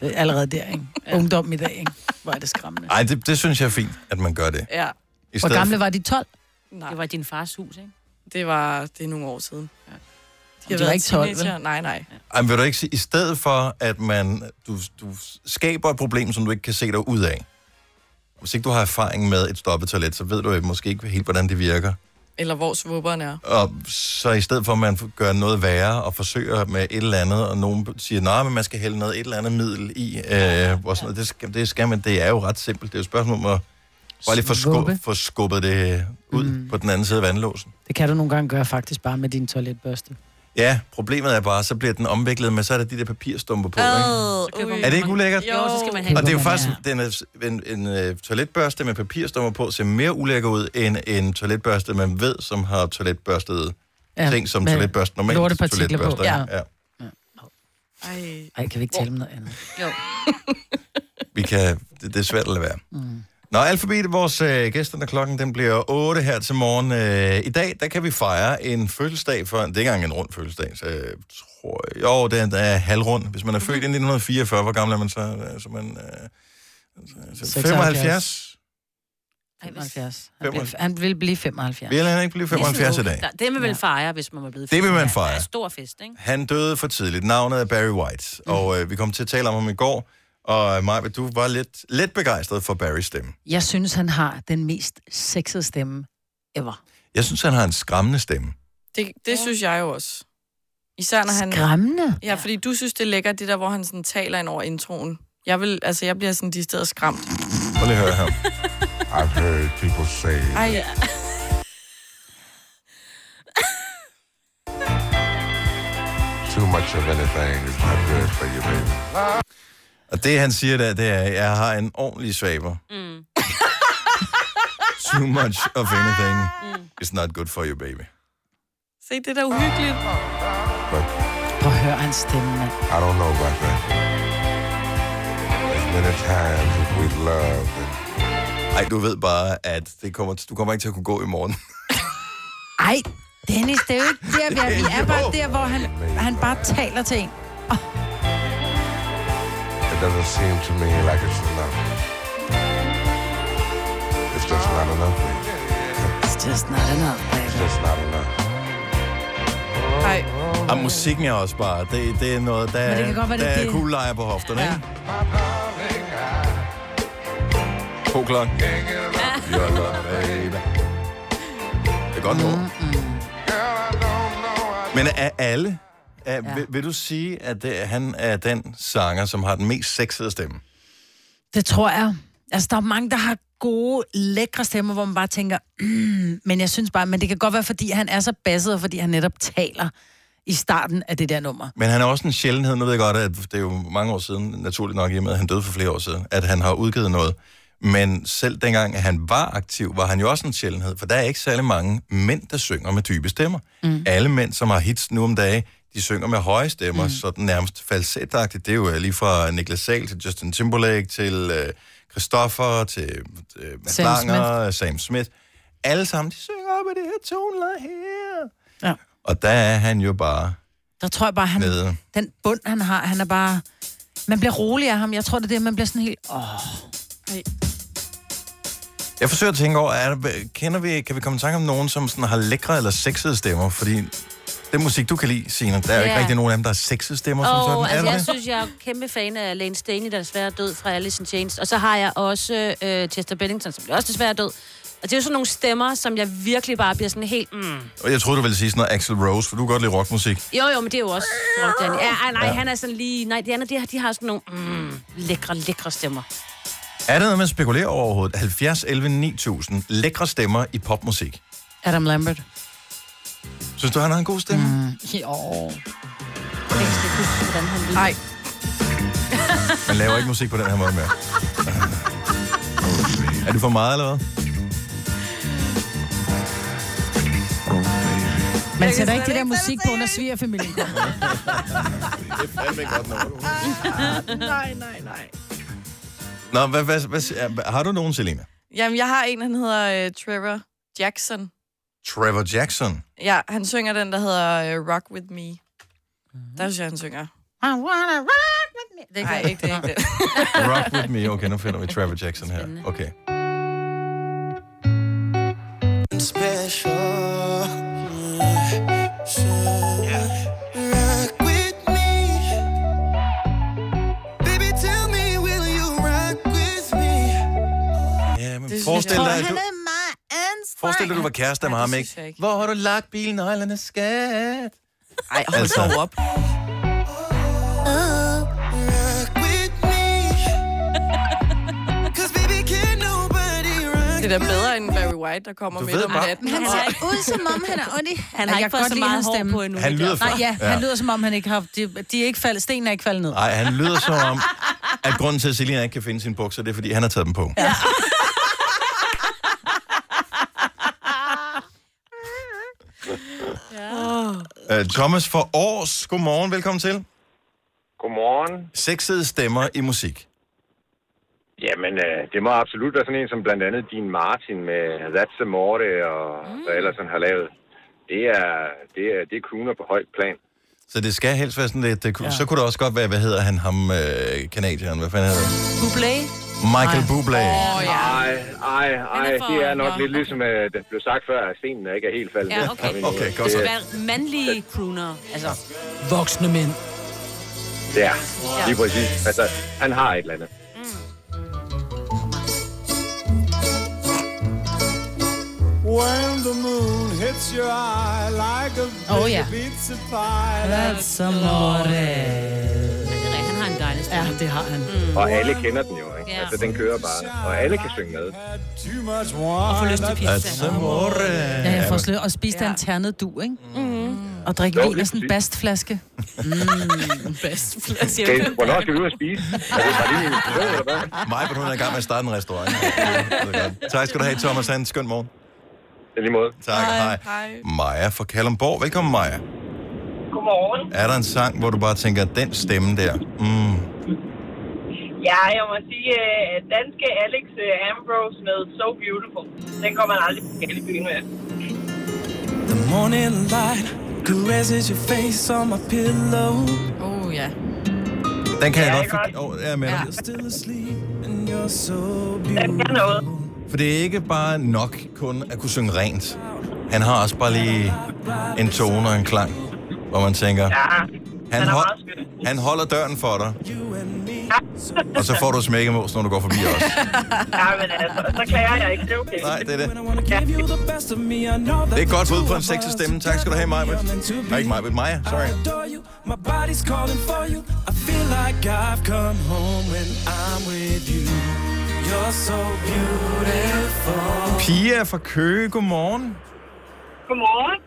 D: Det er allerede der, ikke? Ungdom i dag, ikke? Hvor er det skræmmende.
A: Ej, det, det synes jeg er fint, at man gør det.
B: Ja.
D: Hvor
A: I stedet
D: gamle var de? 12?
B: Nej.
E: Det var din fars hus, ikke?
B: Det var det er nogle år siden.
E: Ja.
B: De har
D: var
B: været
D: ikke 12, vel?
B: teenager. Nej, nej.
A: Ej, men vil du ikke sige, i stedet for, at man, du, du skaber et problem, som du ikke kan se dig ud af. Hvis ikke du har erfaring med et stoppet toilet, så ved du ikke, måske ikke helt, hvordan det virker.
B: Eller hvor svupperen er.
A: Og så i stedet for, at man gør noget værre og forsøger med et eller andet, og nogen siger, nej, men man skal hælde noget, et eller andet middel i, øh, og sådan noget. Det skal, det skal man, det er jo ret simpelt. Det er jo et spørgsmål om at bare lige få, skub,
D: Skubbe.
A: få skubbet det ud mm. på den anden side af vandlåsen.
D: Det kan du nogle gange gøre faktisk bare med din toiletbørste.
A: Ja, problemet er bare, så bliver den omviklet, men så er der de der papirstumper på,
B: Ad,
A: ikke? Er det ikke ulækkert?
E: Jo, så skal man have
A: Og det er jo
E: en-
A: faktisk, den er, en, en, en toiletbørste med papirstumper på ser mere ulækker ud, end en toiletbørste, man ved, som har toiletbørstet ja,
D: Ja,
A: ting, som
D: med
A: toiletbørste normalt
D: lortepartikler på.
A: toiletbørster.
D: Ja.
A: Ja.
B: Ej.
D: Ej, kan vi ikke tale om noget andet?
E: Jo.
A: Vi kan, det, det er svært at lade være. Nå, alfabet, vores øh, gæster, når klokken den bliver 8 her til morgen. Øh, I dag, der kan vi fejre en fødselsdag for, det er ikke engang en rund fødselsdag, så jeg tror jeg, jo, det er, der er halvrund. Hvis man er født i 1944, hvor gammel er man så? Øh, Så er man, øh, så, så 75?
D: Ej, hvis- 75. Han,
A: Femoghalvfjerds.
D: blev, han ville blive 75.
A: Vil han ikke blive 75 i dag?
E: Der- Det vil vel fejre, hvis man var blevet
A: Det vil man
E: Ja,
A: fejre.
E: der er stor fest, ikke?
A: Han døde for tidligt. Navnet er Barry White, og øh, vi kom til at tale om ham i går, Og Maja, du var lidt, lidt begejstret for Barrys stemme.
D: Jeg synes, han har den mest sexede stemme ever.
A: Jeg synes, han har en skræmmende stemme.
B: Det, det ja. synes jeg jo også. Især når han...
D: Skræmmende?
B: Ja, fordi du synes, det er lækkert, det der, hvor han sådan taler ind over introen. Jeg vil, altså, jeg bliver sådan de steder skræmt.
A: Prøv lige at høre her.
O: I've heard people say
B: Ej, ja.
O: too much of anything is not good for you, baby.
A: Og det, han siger der, det er, at jeg har en ordentlig svaber. Mm. Too much of anything mm. is not good for you, baby.
B: Se, det er da uhyggeligt.
O: But
D: Prøv at høre hans stemme, mand.
O: I don't know about that. As many times as we've loved and
A: Ej, du ved bare, at det kommer, du kommer ikke til at kunne gå i morgen.
D: Ej, Dennis, det er jo ikke der, vi er. Vi er bare der, hvor han, han bare taler til en.
O: it doesn't seem to me like it's enough. It's just not enough, baby.
D: It's just not enough,
O: It's just not enough.
B: Ej.
A: Og musikken er også bare, det, det er noget, der,
D: Men det kan godt være,
A: der
D: det er
A: er
D: det.
A: kuglelejer på hofterne, ja. ikke? To klokken. Your love, baby. Det er godt mm, Men af alle, af, ja. vil, vil du sige, at det, han er den sanger, som har den mest sexede stemme?
D: Det tror jeg. Altså, der er mange, der har gode, lækre stemmer, hvor man bare tænker, mm, men jeg synes bare, men det kan godt være, fordi han er så basset, og fordi han netop taler i starten af det der nummer.
A: Men han er også en sjældenhed. Nu ved jeg godt, at det er jo mange år siden, naturligt nok i og med, at han døde for flere år siden, at han har udgivet noget. Men selv dengang, at han var aktiv, var han jo også en sjældenhed, for der er ikke særlig mange mænd, der synger med dybe stemmer. Mm. Alle mænd, som har hits nu om dage, de synger med høje stemmer, mm. sådan nærmest falsetagtigt. Det er jo øh, lige fra Niklas Sahl til Justin Timberlake, til øh, Christoffer, til øh, Mads
P: Sam Smith.
A: Langer, Sam Smith. Alle sammen, de synger med det her toneleje her.
D: Ja.
A: Og der er han jo bare
D: Der tror jeg bare, han,
A: nede.
D: den bund, han har, han er bare... Man bliver rolig af ham. Jeg tror, det er det, man bliver sådan helt... Åh,
A: Jeg forsøger at tænke over, er der, kender vi, kan vi komme i tanke om nogen, som sådan har lækre eller sexede stemmer? Fordi den musik, du kan lide, Signe, der er jo ikke
E: Ja.
A: rigtig nogen af dem, der har sexede stemmer. som
E: Og
A: sådan. er
E: altså,
A: der
E: jeg
A: det?
E: synes, jeg er kæmpe fan af Lane Staley, der desværre er død fra Alice in Chains. Og så har jeg også øh, Chester Bennington, som også desværre er død. Og det er jo sådan nogle stemmer, som jeg virkelig bare bliver sådan helt... Mm.
A: Og jeg troede, du ville sige sådan noget Axel Rose, for du kan godt lide rockmusik.
E: Jo, jo, men det er jo også rock, Danny. Ja, ej, nej,
A: Ja.
E: ja. han er sådan lige... Nej, de andre, de har, de har sådan nogle mm, lækre, lækre stemmer.
A: Er der noget, man spekulerer over overhovedet? 70, 11, 9000 lækre stemmer i popmusik.
D: Adam Lambert.
A: Synes du, han har en god stemme? Mm.
D: Jo.
E: Hvordan han lyder.
B: Nej.
A: Man laver ikke musik på den her måde mere. Er det for meget, eller hvad?
D: Man sætter ikke det der musik på, når svigerfamilien kommer.
A: Det er fandme godt nok.
B: nej, nej, nej.
A: Nå, hvad, hvad, hvad, har du nogen, Selina?
B: Jamen, jeg har en, han hedder øh, Trevor Jackson.
A: Trevor Jackson.
B: Ja, han synger den, der hedder øh, Rock With Me. Der synes jeg, han synger.
D: Mhm. I wanna rock with me. Det
B: Nej, ikke det, ikke det.
A: Rock with me. Okay, nu finder vi Trevor Jackson her. Okay.
P: Rock with me. Baby, tell me, will you rock with me?
A: Ja, men
P: Det synes
A: forestil
P: jeg- Tror
A: dig,
P: han
A: at du,
P: er
A: forestil dig, at du var kæreste med ham, ikke? Hvor har du lagt bilnøglerne, skat?
B: Ej,
P: hold
A: Altså.
P: dog
B: op.
P: Oh, rock with me. 'Cause baby, can't nobody rock
B: Det er da
P: with
B: bedre end Barry White, der kommer
A: Du
B: midt
A: ved
B: om
A: bare-
B: natten.
D: Han ser ud, som om han er ondt i...
E: Han har
D: Jeg kan
E: ikke fået
D: godt
E: så
D: lide
E: meget
D: hans
E: hår
D: stemme.
E: på endnu.
A: Han
E: det
A: lyder
E: der.
A: fra-
D: Nej, ja, han
A: Ja.
D: lyder som om, han ikke har... De, de er ikke faldet, stenen er ikke faldet ned.
A: Nej, han lyder som om, at grunden til, at Selina ikke kan finde sine bukser, det er, fordi han har taget dem på. Ja.
B: Oh.
A: Uh, Thomas for Års, godmorgen, velkommen til.
Q: Godmorgen.
A: Sexede stemmer i musik.
Q: Jamen, øh, det må absolut være sådan en som blandt andet din Martin med That's a Morte og mm. hvad ellers han har lavet. Det er, det er, det er crooner på højt plan.
A: Så det skal helst være sådan lidt... Det, ja. Så kunne det også godt være, hvad hedder han, ham øh, kanadieren, hvad fanden hedder han?
E: Bublé.
A: Michael Bublé.
E: Åh, ja.
Q: Ej, ej, ej,
E: Den er for-
Q: det er nok
E: Nå,
Q: lidt ligesom, øh, det blev sagt før, at stenen er ikke er helt faldet.
E: Ja,
Q: ned.
E: okay.
Q: Men, øh,
E: Det skal være mandlige crooner. Altså,
D: Voksne mænd.
Q: Ja, lige præcis. Altså, han har et eller andet.
P: When the moon hits your eye like a
D: Oh, yeah.
P: pizza pie.
D: That's amore.
E: Han har en dejlig stemme.
D: Ja, det har han.
E: Mm.
Q: Og alle kender den jo, ikke?
E: Ja.
Q: Altså, den kører bare. Og alle kan synge med.
P: Too much wine.
D: Og får lyst til pizza.
Q: That's amore.
D: Ja, jeg får slø og spise ja. en ternet du, ikke? Mm. Og drikke
Q: Jo,
D: vin
Q: lige
D: af sådan en
Q: præcis.
D: bastflaske. Mm, bastflaske.
Q: Okay, hvornår skal vi ud og spise? Er det bare lige en show, eller hvad?
A: Mig, hun er i gang med at starte en restaurant. tak skal du have, Thomas. Ha' en skøn morgen.
Q: I lige måde.
A: Tak, hej. hej. Maja fra Kalundborg. Velkommen, Maja.
R: Godmorgen.
A: Er der en sang, hvor du bare tænker, den stemme der? Mm.
R: Ja, jeg må sige, at danske Alex øh, Ambrose med So Beautiful, den kommer man aldrig på galt i byen med.
P: The morning light caresses your face on my pillow.
B: Oh, ja.
A: Den kan
P: Ja,
A: jeg
P: ikke
A: godt for... Oh, jeg er med dig.
P: You're still asleep and you're so
R: beautiful.
A: For det er ikke bare nok kun at kunne synge rent. Han har også bare lige en tone og en klang, hvor man tænker...
P: han
A: Han,
P: er
A: hold, han holder døren for dig, og så får du smækkemos, når du går forbi os.
R: ja, men altså, så klager jeg ikke. Det er okay.
A: Nej, det er det.
P: Det
A: Det er et godt bud på en sexet stemme. Tak skal du have, Maja. Nej, ikke Maja, Maja. Sorry.
P: My body's calling for you. I feel like I've come home when I'm with you. You're so beautiful.
A: Pia fra Køge, godmorgen.
R: Godmorgen.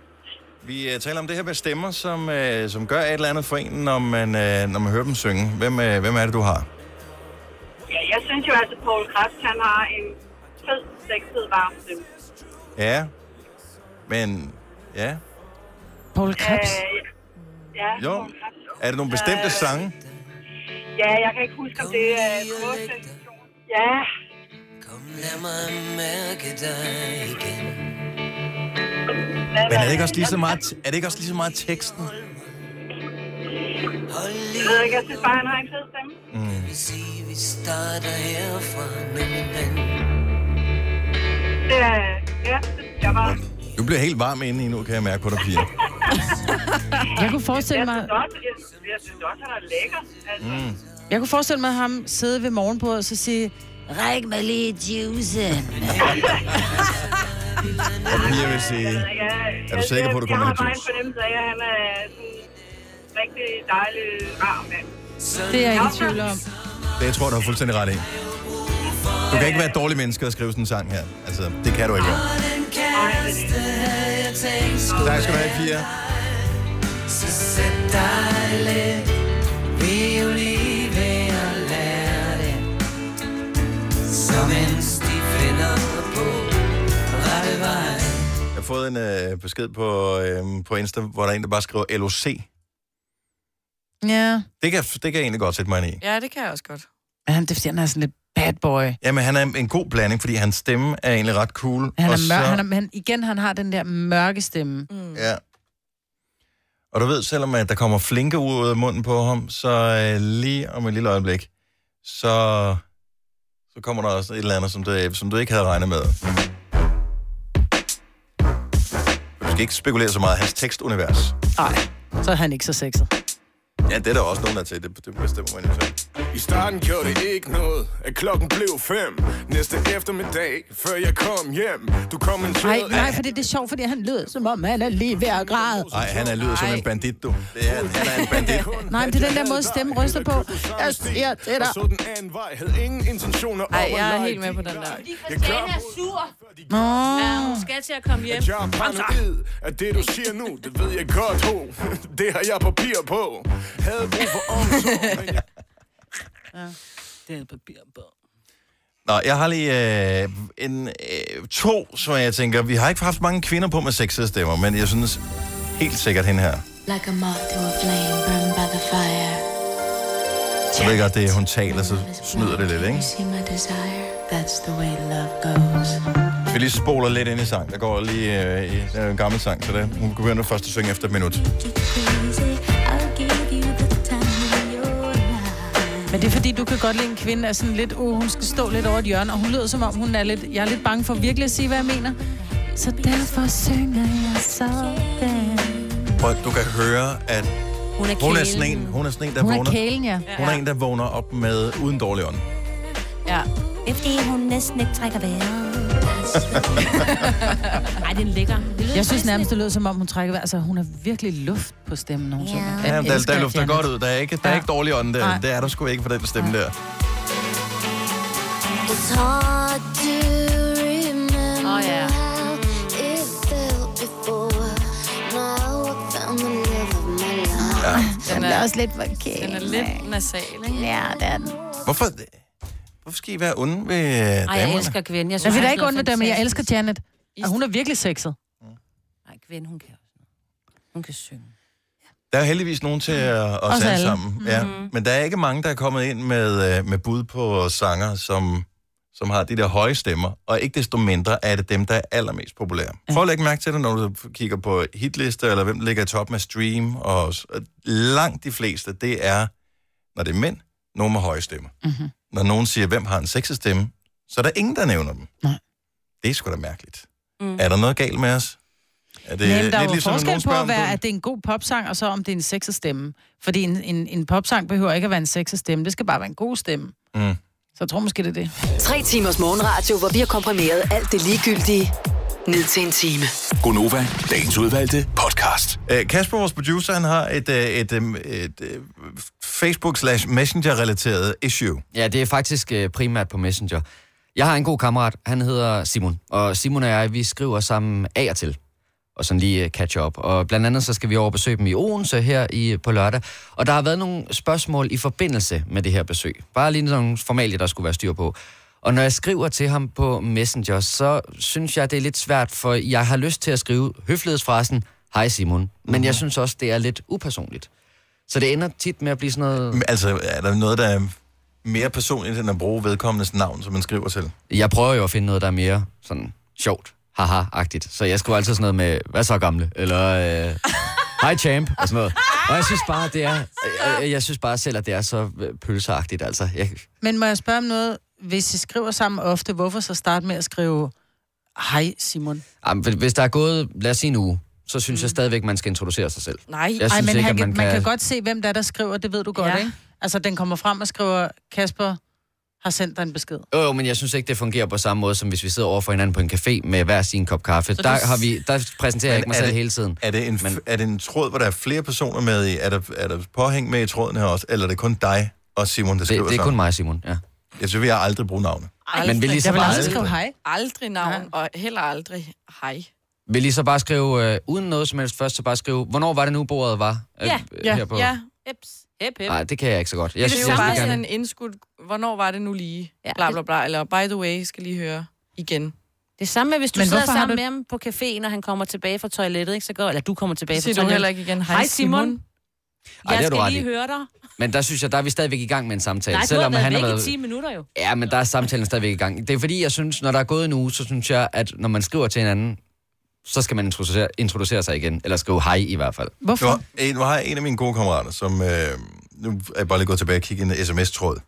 A: Vi uh, taler om det her med stemmer, som, uh, som gør et eller andet for en, når man, uh, når man hører dem synge. Hvem, uh, hvem er det, du har?
R: Ja, jeg synes jo altså, at Paul Krebs, han har en fed, sexet, varm stemme.
A: Ja. Men, ja.
D: Paul Krebs?
R: Øh, ja,
A: Jo.
R: Poul Krebs.
A: Er det nogle bestemte
R: Øh,
A: sange?
R: Ja, jeg kan ikke huske, om det er en Ja.
P: Lad mig mærke dig igen.
A: Men er det ikke også lige så meget, er det ikke også lige så meget teksten?
R: Jeg ved ikke, jeg synes bare, han har en fed stemme.
A: Mm.
P: Vi sige, vi starter herfra, men
R: Det er, ja, det synes jeg bare.
A: Du bliver helt varm inde i nu, kan jeg mærke på dig, Pia.
D: Jeg kunne forestille
R: Jeg
D: mig,
R: synes også, jeg, jeg synes også, han er lækker. Altså,
A: Mm.
D: jeg kunne forestille mig ham sidde ved morgenbordet og så sige, Ræk mig lige juicen.
A: Og Pia vil sige,
R: ja,
A: er du sikker på, at
R: jeg
A: du kommer
R: har
A: med
R: bare en
A: juice?
R: fornemmelse af, at han er sådan en rigtig dejlig, rar mand.
D: Det er jeg ikke i tvivl om.
A: Det tror jeg, du har fuldstændig ret i. Du kan ikke være et dårligt menneske og skrive sådan en sang her. Altså, det kan du ikke være. Tak skal du have, Pia.
P: Så sæt dig lidt. Vi er jo lige ved at lære det. Som en stiv finder på rette vej.
A: Jeg har fået en øh, besked på, øh, på Insta, hvor der er en, der bare skriver LOC.
D: Ja.
A: Det kan, det kan jeg egentlig godt sætte mig ind i.
B: Ja, det kan jeg også godt.
D: Men han, det er, fordi han er sådan lidt bad boy.
A: Jamen, han er en god blanding, fordi hans stemme er egentlig ret cool.
D: Han
A: og
D: er mørk, han er, men igen, han har den der mørke stemme. Mm.
A: Ja. Og du ved, selvom at der kommer flinke ord ud af munden på ham, så øh, lige om et lille øjeblik, så, så kommer der også et eller andet, som du, som du ikke havde regnet med. Du skal ikke spekulere så meget i hans tekstunivers.
D: Nej, så er han ikke så sexet.
A: Ja, det er der også nogen, der er til. Det, det bestemmer man jo selv.
S: I starten gjorde det ikke noget, at klokken blev fem. Næste eftermiddag, før jeg kom hjem. Du kom en sød...
D: Nej, nej, fordi det er sjovt, fordi han lød, som om han er lige ved at græde.
A: Nej, han er lyder som en bandit, du. Det er, han er en bandit.
D: Nej, men det er den der måde, stemmen ryster på. Jeg siger til
S: Og så
D: dig.
S: den anden vej, havde ingen intentioner om
B: Ej, jeg er
S: at lege
B: helt med på den der.
S: Jane
E: er sur.
D: Nå.
E: Ja, hun skal til at komme hjem.
S: At jeg er paranoid at det du siger nu, det ved jeg godt, ho. Det har jeg papir på. Havde brug for omsorg, men jeg...
E: Det er papir på.
A: Nå, jeg har lige øh, en, øh, to, som jeg tænker, vi har ikke haft mange kvinder på med sexede stemmer, men jeg synes helt sikkert hende her.
T: Like a moth to a flame burned by the fire.
A: Så ved jeg godt, det er, hun taler, så snyder det lidt, ikke?
T: See my desire. That's the way love goes.
A: Hvis vi lige spoler lidt ind i sang, der går lige øh, i- der er jo en gammel sang til det. Hun begynder først at synge efter et minut.
D: Men det er fordi, du kan godt lide en kvinde, er sådan lidt, uh, hun skal stå lidt over et hjørne, og hun lyder som om, hun er lidt, jeg er lidt bange for virkelig at sige, hvad jeg mener. Så derfor synger jeg sådan.
A: Prøv, du kan høre, at
E: Hun er
A: Hun er
E: kælen.
A: sådan en, hun er sådan en der
D: Hun er
A: vågner.
D: kælen, ja.
A: Hun er en, der vågner op med uden dårlig ånd.
D: Ja.
E: Fordi hun næsten ikke trækker vejret. Ej, den ligger.
D: Jeg synes nærmest, det lød som om, hun trækker vejret. Altså, hun har virkelig luft på stemmen, når hun synger.
A: Ja,
D: Jeg
A: der,
D: elsker
A: der lufter
D: Janet.
A: godt ud. Der er ikke, der er ikke dårlig ånd der.
D: Nej.
A: Det er der sgu ikke for den stemme der.
T: It's hard to remember
E: Oh, yeah.
T: how it felt before. Now I found the love of my life.
A: Ja.
T: Den er også lidt forkert.
B: Den er lidt nasal, ikke?
T: Ja, det er den.
A: Hvorfor, hvorfor skal I være onde ved øh,
E: Ej,
A: damerne?
E: jeg elsker kvinden. Jeg
D: Jeg vil da
E: hun
D: ikke
E: lyder
D: undvære dem, men jeg elsker
E: fantastisk.
D: Janet. Og hun er virkelig sexet.
E: Ej, kvinden, hun kan også noget. Hun kan synge.
A: Der er heldigvis nogen til at, at
E: Mhm. Os
A: sende
E: alle. Mhm.
A: sammen. Ja. Men der er ikke mange, der er kommet ind med, øh, med bud på sanger, som, som har de der høje stemmer. Og ikke desto mindre er det dem, der er allermest populære. Prøv at lægge mærke til det, når du kigger på hitlister, eller hvem der ligger i top med stream. Og, s- og langt de fleste, det er, når det er mænd, nogen med høje stemmer.
D: Mhm.
E: Mm-hmm.
A: Når nogen siger, hvem har en sexet stemme, så er der ingen, der nævner dem.
D: Nej.
A: Det er sgu da mærkeligt.
D: Mm.
A: Mm. Er der noget galt med os? Er
D: Det, Men der er jo
A: lidt ligesom når nogen
D: forskel på
A: spørger,
D: at
A: om
D: være,
A: du-
D: at det er en god popsang, og så om det er en sexet stemme. Fordi en, en, en popsang behøver ikke at være en sexet stemme. Det skal bare være en god stemme.
A: Mm.
D: Så jeg tror måske, det er det.
G: Tre timers morgenradio, hvor vi har komprimeret alt det ligegyldige ned til en time.
A: Gonova, dagens udvalgte podcast. Øh, Kasper, vores producer, han har et, øh, et, øh, et, øh, Facebook-slash-messenger-relateret issue.
C: Ja, det er faktisk øh, primært på Messenger. Jeg har en god kammerat, han hedder Simon, og Simon og jeg, vi skriver sammen af og til, og sådan lige øh, catch up. Og blandt andet så skal vi over og besøge dem i Odense her i, øh, på lørdag, og der har været nogle spørgsmål i forbindelse med det her besøg. Bare lige nogle formalier, der skulle være styr på. Og når jeg skriver til ham på Messenger, så synes jeg, det er lidt svært, for jeg har lyst til at skrive høflighedsfrasen, hej Simon, men jeg synes også, det er lidt upersonligt. Så det ender tit med at blive sådan noget...
D: Mm.
A: Altså, er der noget, der er mere personligt, end at bruge vedkommendes navn, som man skriver til?
C: Jeg prøver jo at finde noget, der er mere sådan sjovt, haha-agtigt. Så jeg skriver altid sådan noget med, hvad så gamle? Eller, øh, hej champ, og sådan noget. Og jeg synes bare, det er, øh, jeg, jeg synes bare selv, at det er så øh, pølseagtigt, altså. Jeg,
D: Men må jeg spørge om noget? Hvis I skriver sammen ofte, hvorfor så starte med at skrive, hej Simon?
C: jamen, hvis- hvis der er gået, lad os sige en uge, så synes
B: Mm.
C: jeg stadigvæk, man skal introducere sig selv.
D: Nej,
C: jeg synes
D: Ej, men
C: ikke,
D: han,
C: at
D: kan,
C: man,
D: man kan godt se, hvem der er, der skriver, det ved du godt, ja. ikke? Altså, den kommer frem og skriver, Kasper har sendt dig en besked.
C: Jo, jo, men jeg synes ikke, det fungerer på samme måde, som hvis vi sidder over for hinanden på en café med hver sin kop kaffe.
D: Så
C: Der,
D: du-
C: har vi, der præsenterer jeg
A: Men
C: ikke mig
A: er
C: selv
A: det-
C: hele tiden.
A: Er det, en, men... er det en tråd, hvor der er flere personer med i? Er der, er der påhæng med i tråden her også? Eller er det kun dig og Simon, der skriver
C: det er kun
A: sammen?
C: mig, Simon, ja.
A: Jeg synes, vi har aldrig brugt navne.
B: Aldrig. Men vil I så
D: Jeg vil
B: bare-
D: aldrig skrive hej.
B: Aldrig navn, ja. og heller aldrig hej.
C: Vil I så bare skrive, øh, uden noget som helst først, så bare skrive, hvornår var det nu, bordet var? øh, øh, her på-
B: ja. Eps. Hep, hep.
C: Nej, det kan jeg ikke så godt.
B: Jeg
C: Jeg
B: det er
C: synes,
B: jo bare
C: jeg
B: sådan en
C: gerne...
B: indskud, hvornår var det nu lige, bla bla bla, eller by the way, skal lige høre igen.
E: Det er samme med, hvis du
B: Men
E: sidder
B: hvorfor har
E: sammen
B: du-
E: med ham på caféen, og han kommer tilbage fra toilettet, ikke? Så går, eller du kommer tilbage
B: Så siger
E: fra
B: du
E: toilettet.
B: heller ikke igen, "Hej,
E: Hej Simon.
B: Simon."
C: Ej,
E: jeg
C: det har du
E: skal
C: ret
E: lige
C: i.
E: høre dig.
C: Men der synes jeg, der er vi stadigvæk i gang med en samtale.
E: Nej, du har været
C: har
E: væk i 10 minutter jo.
C: Ja, men der er samtalen stadigvæk i gang. Det er fordi, jeg synes, når der er gået en uge, så synes jeg, at når man skriver til hinanden, så skal man introducere, introducere sig igen. Eller skrive hej i hvert fald.
A: Nu har, en, nu har jeg en af mine gode kammerater, som... Øh, nu er jeg bare lige gået tilbage og kigge i en sms-tråd.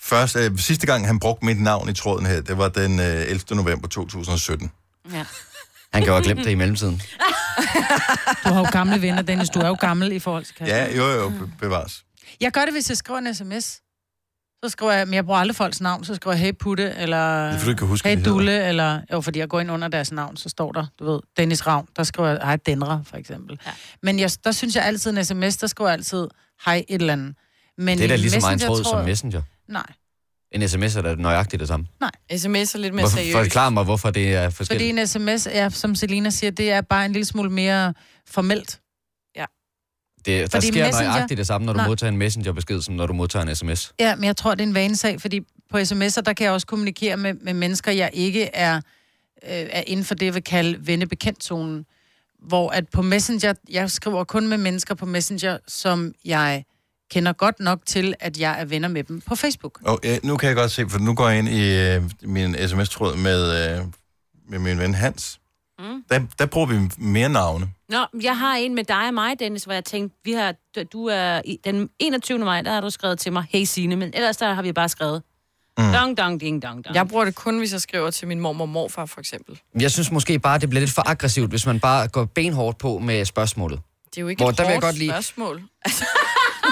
A: Først, øh, sidste gang, han brugte mit navn i tråden her, det var den øh, 11. november 2017.
E: Ja.
C: Han kan jo have glemt det i mellemtiden.
D: Du har jo gamle venner, Dennis. Du er jo gammel i forhold til Kasper.
A: Ja, jo, jo, be- bevares.
D: Jeg gør det, hvis jeg skriver en sms. Så skriver jeg, men jeg bruger aldrig folks navn, så skriver jeg, hey Putte, eller
A: er, fordi du ikke kan huske,
D: hey
A: hvad de hedder.
D: Dulle, eller, jo, fordi jeg går ind under deres navn, så står der, du ved, Dennis Ravn, der skriver jeg, hej Denra, for eksempel. Ja. Men jeg, der synes jeg altid en sms, der skriver jeg altid, hej et eller andet. Men
C: det er da
D: i
C: lige så meget en tråd
D: messenger-tråd-
C: som Messenger.
D: Nej,
C: En sms er da nøjagtigt det samme.
D: nej.
B: Sms er lidt mere
C: Hvorfor,
B: seriøst.
C: forklar mig, hvorfor det er forskelligt.
D: Fordi en sms, er, som Selina siger, det er bare en lille smule mere formelt.
C: Det, der
D: Fordi
C: sker
D: Messenger-
C: nøjagtigt det samme, når du
D: Nej.
C: modtager en messengerbesked, som når du modtager en sms.
D: Ja, men jeg tror, det er en vanesag, fordi på sms'er, der kan jeg også kommunikere med, med mennesker, jeg ikke er, øh, er inden for det, jeg vil kalde vennebekendtzonen. Hvor at på Messenger, jeg skriver kun med mennesker på Messenger, som jeg kender godt nok til, at jeg er venner med dem på Facebook.
A: Og øh, nu kan jeg godt se, for nu går jeg ind i øh, min sms-tråd med, øh, med min ven Hans.
E: Mm.
A: Mm. Der, der bruger vi mere navne.
E: Nå, jeg har en med dig og mig, Dennis, hvor jeg tænkte, vi har, du er, i- den 21. maj, der har du skrevet til mig, hey Signe, men ellers der har vi bare skrevet, mm. dong, dong, ding, dong, dong.
B: Jeg bruger det kun, hvis jeg skriver til min mormor og morfar, for eksempel.
C: Jeg synes måske bare, det bliver lidt for aggressivt, hvis man bare går benhårdt på med spørgsmålet.
B: Det er jo ikke
C: Hvor
B: et
C: der vil jeg
B: hårdt
C: godt lige-
B: spørgsmål.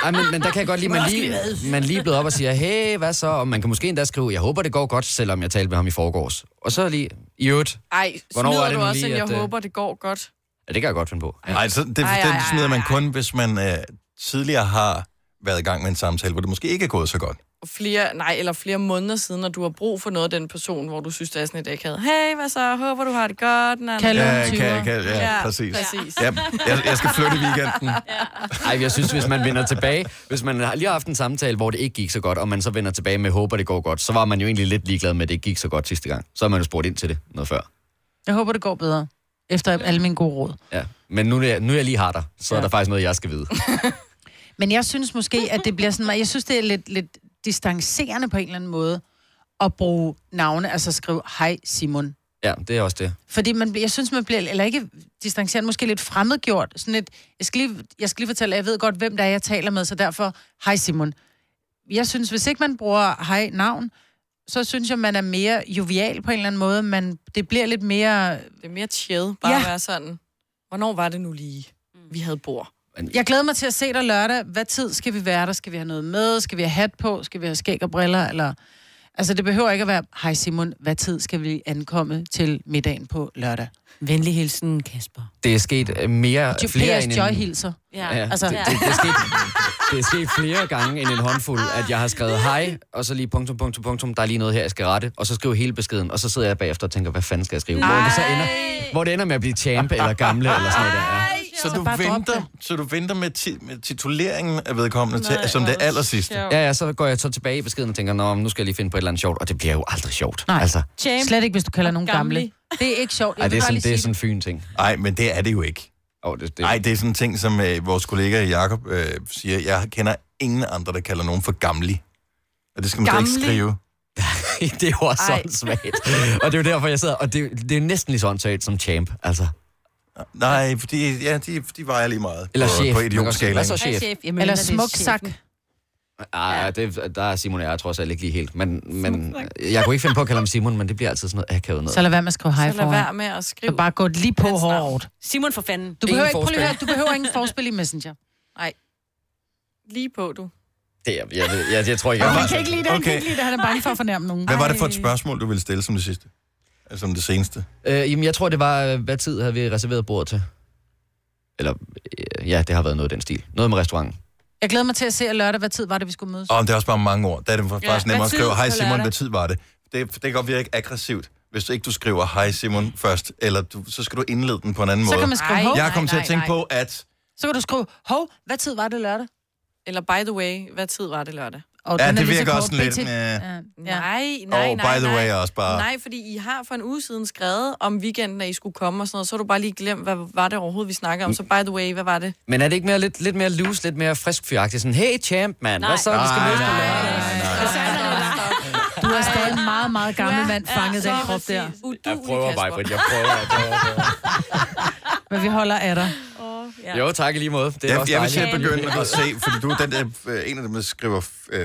C: Ej, men, men der kan jeg godt lide, at man lige,
B: Måske.
C: man lige er blevet op og siger, hey, hvad så? Og man kan måske endda skrive, jeg håber, det går godt, selvom jeg talte med ham i forgårs. Og så lige, i øvrigt,
B: Ej,
C: Hvornår er
B: smider
C: det
B: du
C: nu
B: også,
C: lige,
B: at jeg
C: at, øh,
B: håber, det går godt?
C: ja, det kan jeg godt finde på.
A: Nej, så det, den
B: Ej, ej, ej,
A: smider man kun, hvis man øh, tidligere har været i gang med en samtale, hvor det måske ikke er gået så godt.
B: Flere, nej, eller flere måneder siden, når du har brug for noget af den person, hvor du synes, det er sådan et akavet. Hey, hvad så? Håber, du har det godt. Nan.
A: ja, kan, kan, ja, ja, præcis.
B: præcis.
A: Ja, jeg, jeg skal flytte i weekenden.
C: Ej, jeg synes, hvis man vender tilbage, hvis man har- lige har haft en samtale, hvor det ikke gik så godt, og man så vender tilbage med, håber, det går godt, så var man jo egentlig lidt ligeglad med, at det ikke gik så godt sidste gang. Så har man jo spurgt ind til det noget før.
D: Jeg håber, det går bedre. Efter alle mine gode råd.
C: Ja. Men nu, er jeg- nu er jeg lige har dig, så ja. er der faktisk noget, jeg skal vide.
D: Men jeg synes måske, at det bliver sådan meget... Jeg synes, det er lidt, lidt distancerende på en eller anden måde at bruge navne, altså skrive, hej Simon.
C: Ja, det er også det.
D: Fordi man, bliver- jeg synes, man bliver, eller ikke distanceret, måske lidt fremmedgjort. Sådan et, jeg, skal lige, jeg skal lige fortælle, at jeg ved godt, hvem der er, jeg taler med, så derfor, hej Simon. Jeg synes, hvis ikke man bruger hej navn, så synes jeg, man er mere jovial på en eller anden måde. Man, det bliver lidt mere...
B: Det er mere chill, bare ja. at være sådan. Hvornår var det nu lige, vi havde bord?
D: Jeg glæder mig til at se dig lørdag. Hvad tid skal vi være der? Skal vi have noget med? Skal vi have hat på? Skal vi have skæg og briller? Eller... Altså, det behøver ikke at være, hej Simon, hvad tid skal vi ankomme til middagen på lørdag? Venlig hilsen, Kasper.
C: Det er sket øh, mere...
D: Jo,
C: flere
D: PS
C: end
D: Joy
C: en-
D: hilser.
C: Ja, ja. Altså, det, det, det, er sket, det er sket flere gange end en håndfuld, at jeg har skrevet hej, og så lige punktum, punktum, punktum, der er lige noget her, jeg skal rette, og så skriver hele beskeden, og så sidder jeg bagefter og tænker, hvad fanden skal jeg skrive? Hvor det, så ender, hvor det ender med at blive champ eller gamle eller sådan noget der. Ja.
A: Så du, venter, så du venter med, ti, med tituleringen af vedkommende
C: Nej,
A: til, som det aller sidste.
C: Ja, ja, så går jeg så tilbage i beskeden og tænker, Nå, men nu skal jeg lige finde på et eller andet sjovt, og det bliver jo aldrig sjovt. Nej. Altså,
D: Champ. Slet ikke, hvis du kalder nogen gamle.
B: Gamle.
D: Det er ikke sjovt. Jeg
A: Ej,
D: vil
A: det er
D: bare
A: sådan-
D: lige
A: det er
D: sige
A: sådan-
C: Fyn ting.
A: Nej, men det er det jo ikke.
C: Nej, oh, det, det.
A: Ej, det er sådan en ting, som øh, vores kollega Jakob øh, siger. Jeg kender ingen andre, der kalder nogen for gamle. Og det skal man slet ikke
C: Gamle?
A: skrive.
C: det er jo også
A: Ej.
C: sådan svagt. Og det er jo derfor, jeg sidder, og det, det er næsten lige sådan svagt som champ, altså.
A: Nej, fordi ja, de, de vejer lige meget
C: Eller
A: på,
C: chef.
A: på
C: Man kan også sige,
A: idiotskalaen.
C: hvad så chef? Hej, chef.
D: Jamen, Eller smuk sak.
C: Ej, det, der er Simon og jeg trods alt ikke lige helt. Men, men jeg kunne ikke finde på at kalde ham Simon, men det bliver altid sådan noget akavet noget.
D: Så lad være med at skrive hej
B: Så lad
D: foran.
B: være med at skrive.
D: Så bare gå lige på hårdt.
E: Simon for fanden.
D: Du behøver, ikke, prøv lige at høre, du behøver ingen forspil i Messenger.
B: Nej. Lige på, du.
C: Det, er- jeg, ved, jeg, jeg tror ikke,
D: Ja,
C: jeg
D: han kan ikke lide det, han kan
A: Okay.
D: ikke lide det. Han er bange for at fornærme nogen.
A: Hvad var det for et spørgsmål, du ville stille som det sidste? Altså som det seneste?
C: Øh, jamen, jeg tror, det var, øh, hvad tid havde vi reserveret bord til? Eller, øh, ja, det har været noget af den stil. Noget med restauranten.
D: Jeg glæder mig til at se at lørdag, hvad tid var det, vi skulle mødes.
A: Og det er også bare mange ord. Der er det faktisk
D: Ja,
A: ja, nemmere
D: hvad
A: at
D: tid
A: skrive, hej
D: på
A: Simon,
D: lørdag?"
A: hvad tid var det? Det, det kan godt virke aggressivt, hvis ikke du skriver hej Simon først, eller du, så skal du indlede den på en anden
D: Så
A: måde.
D: kan man skrive, hov.
A: Jeg
D: Nej,
A: kom til at
D: nej,
A: tænke
D: nej.
A: på, at
D: Så kan du skrive, hov, hvad tid var det lørdag?
B: Eller by the way, hvad tid var det lørdag?
A: Ja, den er det lige så virker kort. også sådan lidt, BT. næh.
B: Ja. Nej, nej,
A: Og
B: nej,
A: by the
B: nej.
A: way er også bare-
B: Nej, fordi I har for en uge siden skrevet om weekenden, at I skulle komme og sådan noget, så har du bare lige glemt, hvad var det overhovedet, vi snakkede om. Så by the way, hvad var det?
C: Men er det ikke mere, lidt, lidt mere loose, lidt mere frisk fyragtigt? Sådan, hey champ, mand, hvad så, vi skal mødes på lørdag?
D: Du er stadig en meget, meget gammel mand fanget i den krop der.
C: Jeg prøver bare, Britt, jeg prøver. Jeg prøver.
D: Men vi holder af dig.
C: Ja. Jo, tak i lige måde. Det er
A: jeg,
C: også
A: jeg vil til at
C: dejligt.
A: begynde at se, fordi du er den der, øh, en af dem, der skriver... Øh,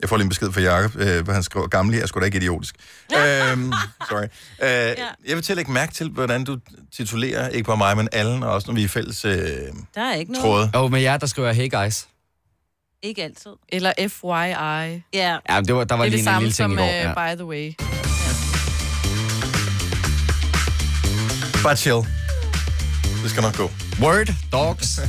A: jeg får lige en besked fra Jacob, øh, hvor han skriver, gamle er sgu da ikke idiotisk. øhm, sorry. Øh, ja. Jeg vil til at lægge mærke til, hvordan du titulerer, ikke bare mig, men alle, og også når vi er i fælles... Øh,
E: Der er ikke noget.
A: Tråde.
C: Og med jer, der skriver jeg, hey guys.
E: Ikke altid.
B: Eller FYI.
E: Ja.
C: Ja, men det var, der
B: det er
C: var lige
B: det
C: en
B: samme
C: lille ting
B: som
C: i går. Ja.
B: øh, by the way.
A: bare chill. Det skal nok gå.
C: Word, dogs.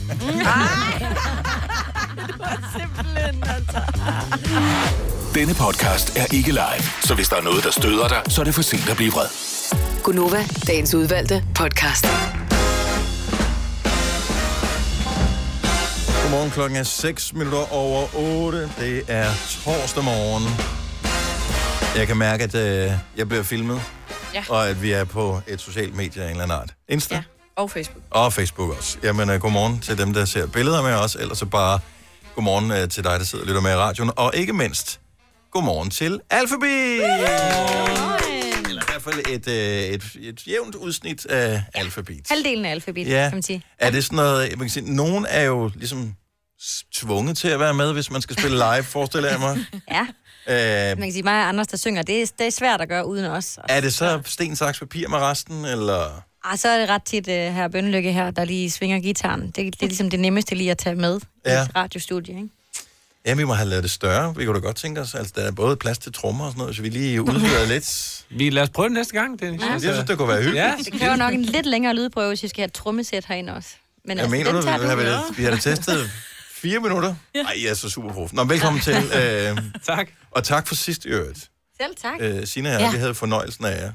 F: Denne podcast er ikke live, så hvis der er noget, der støder dig, så er det for sent at blive vred.
G: Gunova, dagens udvalgte podcast.
A: Godmorgen, klokken er 6 minutter over 8. Det er torsdag morgen. Jeg kan mærke, at øh, jeg bliver filmet,
B: Ja.
A: og at vi er på et socialt medie af en eller anden art. Insta ja.
B: Og Facebook.
A: og Facebook også. Jamen, øh, godmorgen til dem, der ser billeder med os, ellers så bare godmorgen øh, til dig, der sidder og lytter med i radioen, og ikke mindst, godmorgen til Alphabeat! Eller i hvert fald et, øh, et, et jævnt udsnit af Alphabet.
H: Halvdelen af alfabet,
A: Ja.
H: kan man sige.
A: Er det sådan noget, man kan sige, nogen er jo ligesom s- tvunget til at være med, hvis man skal spille live, forestiller jeg mig.
H: Ja, man
A: Øh,
H: kan sige, mig og Anders, der synger, det er, det er svært at gøre uden os.
A: er det så sten, saks, papir med resten, eller...
H: Ah, så er det ret tit uh, her Bønlykke her, der lige svinger gitaren. Det, det er ligesom det nemmeste lige at tage med ja.
A: Ja.
H: i et radiostudie, ikke?
A: Ja, vi må have lavet det større. Vi kunne da godt tænke os, altså der er både plads til trommer og sådan noget, så vi lige udvider lidt.
I: Vi lader os prøve det næste gang, Dennis. Altså-
A: Ja. Jeg synes, det kunne være hyggeligt.
I: Ja.
H: Det kræver nok en lidt længere lydprøve, hvis vi skal have et trommesæt herinde også. Men altså,
A: Jeg mener,
H: den
A: du,
H: tager
A: vi har,
H: med.
A: vel- vi har da testet fire minutter. Nej, jeg er så super prof. Nå, velkommen til. Øh,
I: tak.
A: Og tak for sidst, i øvrigt.
H: Selv tak.
A: Øh, Sina og
H: Ja.
A: jeg, vi havde fornøjelsen af jer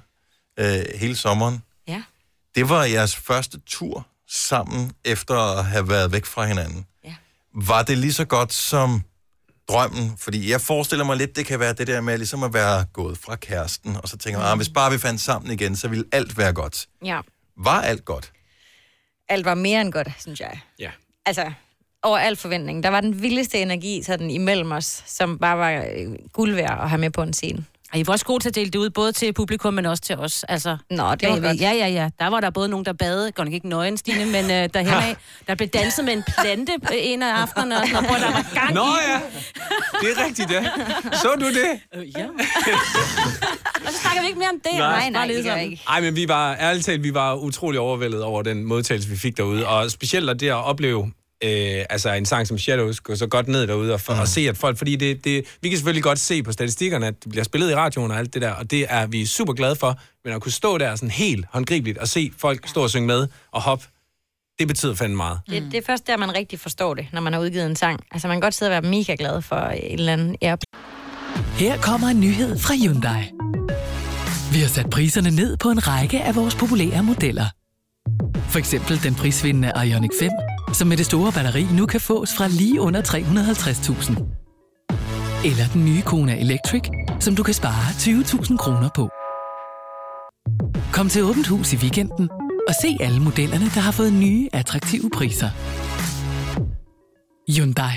A: øh, hele sommeren.
H: Ja.
A: Det var jeres første tur sammen, efter at have været væk fra hinanden. Ja. Var det lige så godt som drømmen? Fordi jeg forestiller mig lidt, det kan være det der med ligesom at være gået fra kæresten, og så tænker man, ah, hvis bare vi fandt sammen igen, så ville alt være godt.
H: Ja,
A: Var alt godt?
H: alt var mere end godt, synes jeg.
I: Ja.
H: altså, over al forventning. Der var den vildeste energi sådan imellem os, som bare var øh, guld værd at have med på en scene.
E: Og I var også gode til at dele det ud, både til publikum, men også til os. Altså,
H: Nå, det
E: der
H: var godt.
E: Ja, ja, ja. Der var der både nogen, der badede, godt nok ikke nøgen, Stine, men øh, derhenad, der blev danset med en plante øh, en af aftenerne, og sådan noget, hvor der var gang
I: Nå
E: i
I: ja, det er rigtigt, ja. Så du det?
E: ja. og så snakker vi ikke mere om det.
I: Nej,
H: nej, det gør jeg
E: ikke.
I: Ej, men vi var, ærligt talt, vi var utrolig overvældet over den modtagelse, vi fik derude. Og specielt at det at opleve øh, altså en sang som Shadows gå så godt ned derude og, for, og se, at folk... Fordi det, det, vi kan selvfølgelig godt se på statistikkerne, at det bliver spillet i radioen og alt det der, og det er vi super glade for. Men at kunne stå der sådan helt håndgribeligt og se folk stå og synge med og hoppe, det betyder fandme meget.
H: Det, det er først der, man rigtig forstår det, når man har udgivet en sang. Altså, man kan godt sidde og være mega glad for øh, en eller anden air.
U: Her kommer en nyhed fra Hyundai. Vi har sat priserne ned på en række af vores populære modeller. For eksempel den prisvindende Ioniq 5, som med det store batteri nu kan fås fra lige under 350.000. Eller den nye Kona Electric, som du kan spare 20.000 kroner på. Kom til Åbent Hus i weekenden og se alle modellerne, der har fået nye, attraktive priser. Hyundai.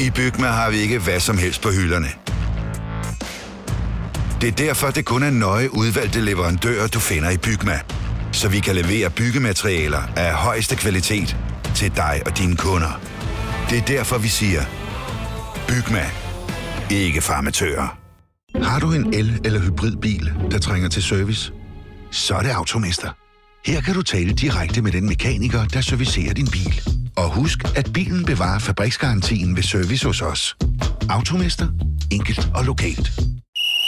V: I Bygma har vi ikke hvad som helst på hylderne. Det er derfor, det kun er nøje udvalgte leverandører, du finder i Bygma. Så vi kan levere byggematerialer af højeste kvalitet til dig og dine kunder. Det er derfor, vi siger, Bygma. Ikke farmatører.
W: Har du en el- eller hybridbil, der trænger til service? Så er det Automester. Her kan du tale direkte med den mekaniker, der servicerer din bil. Og husk, at bilen bevarer fabriksgarantien ved service hos os. Automester. Enkelt og lokalt.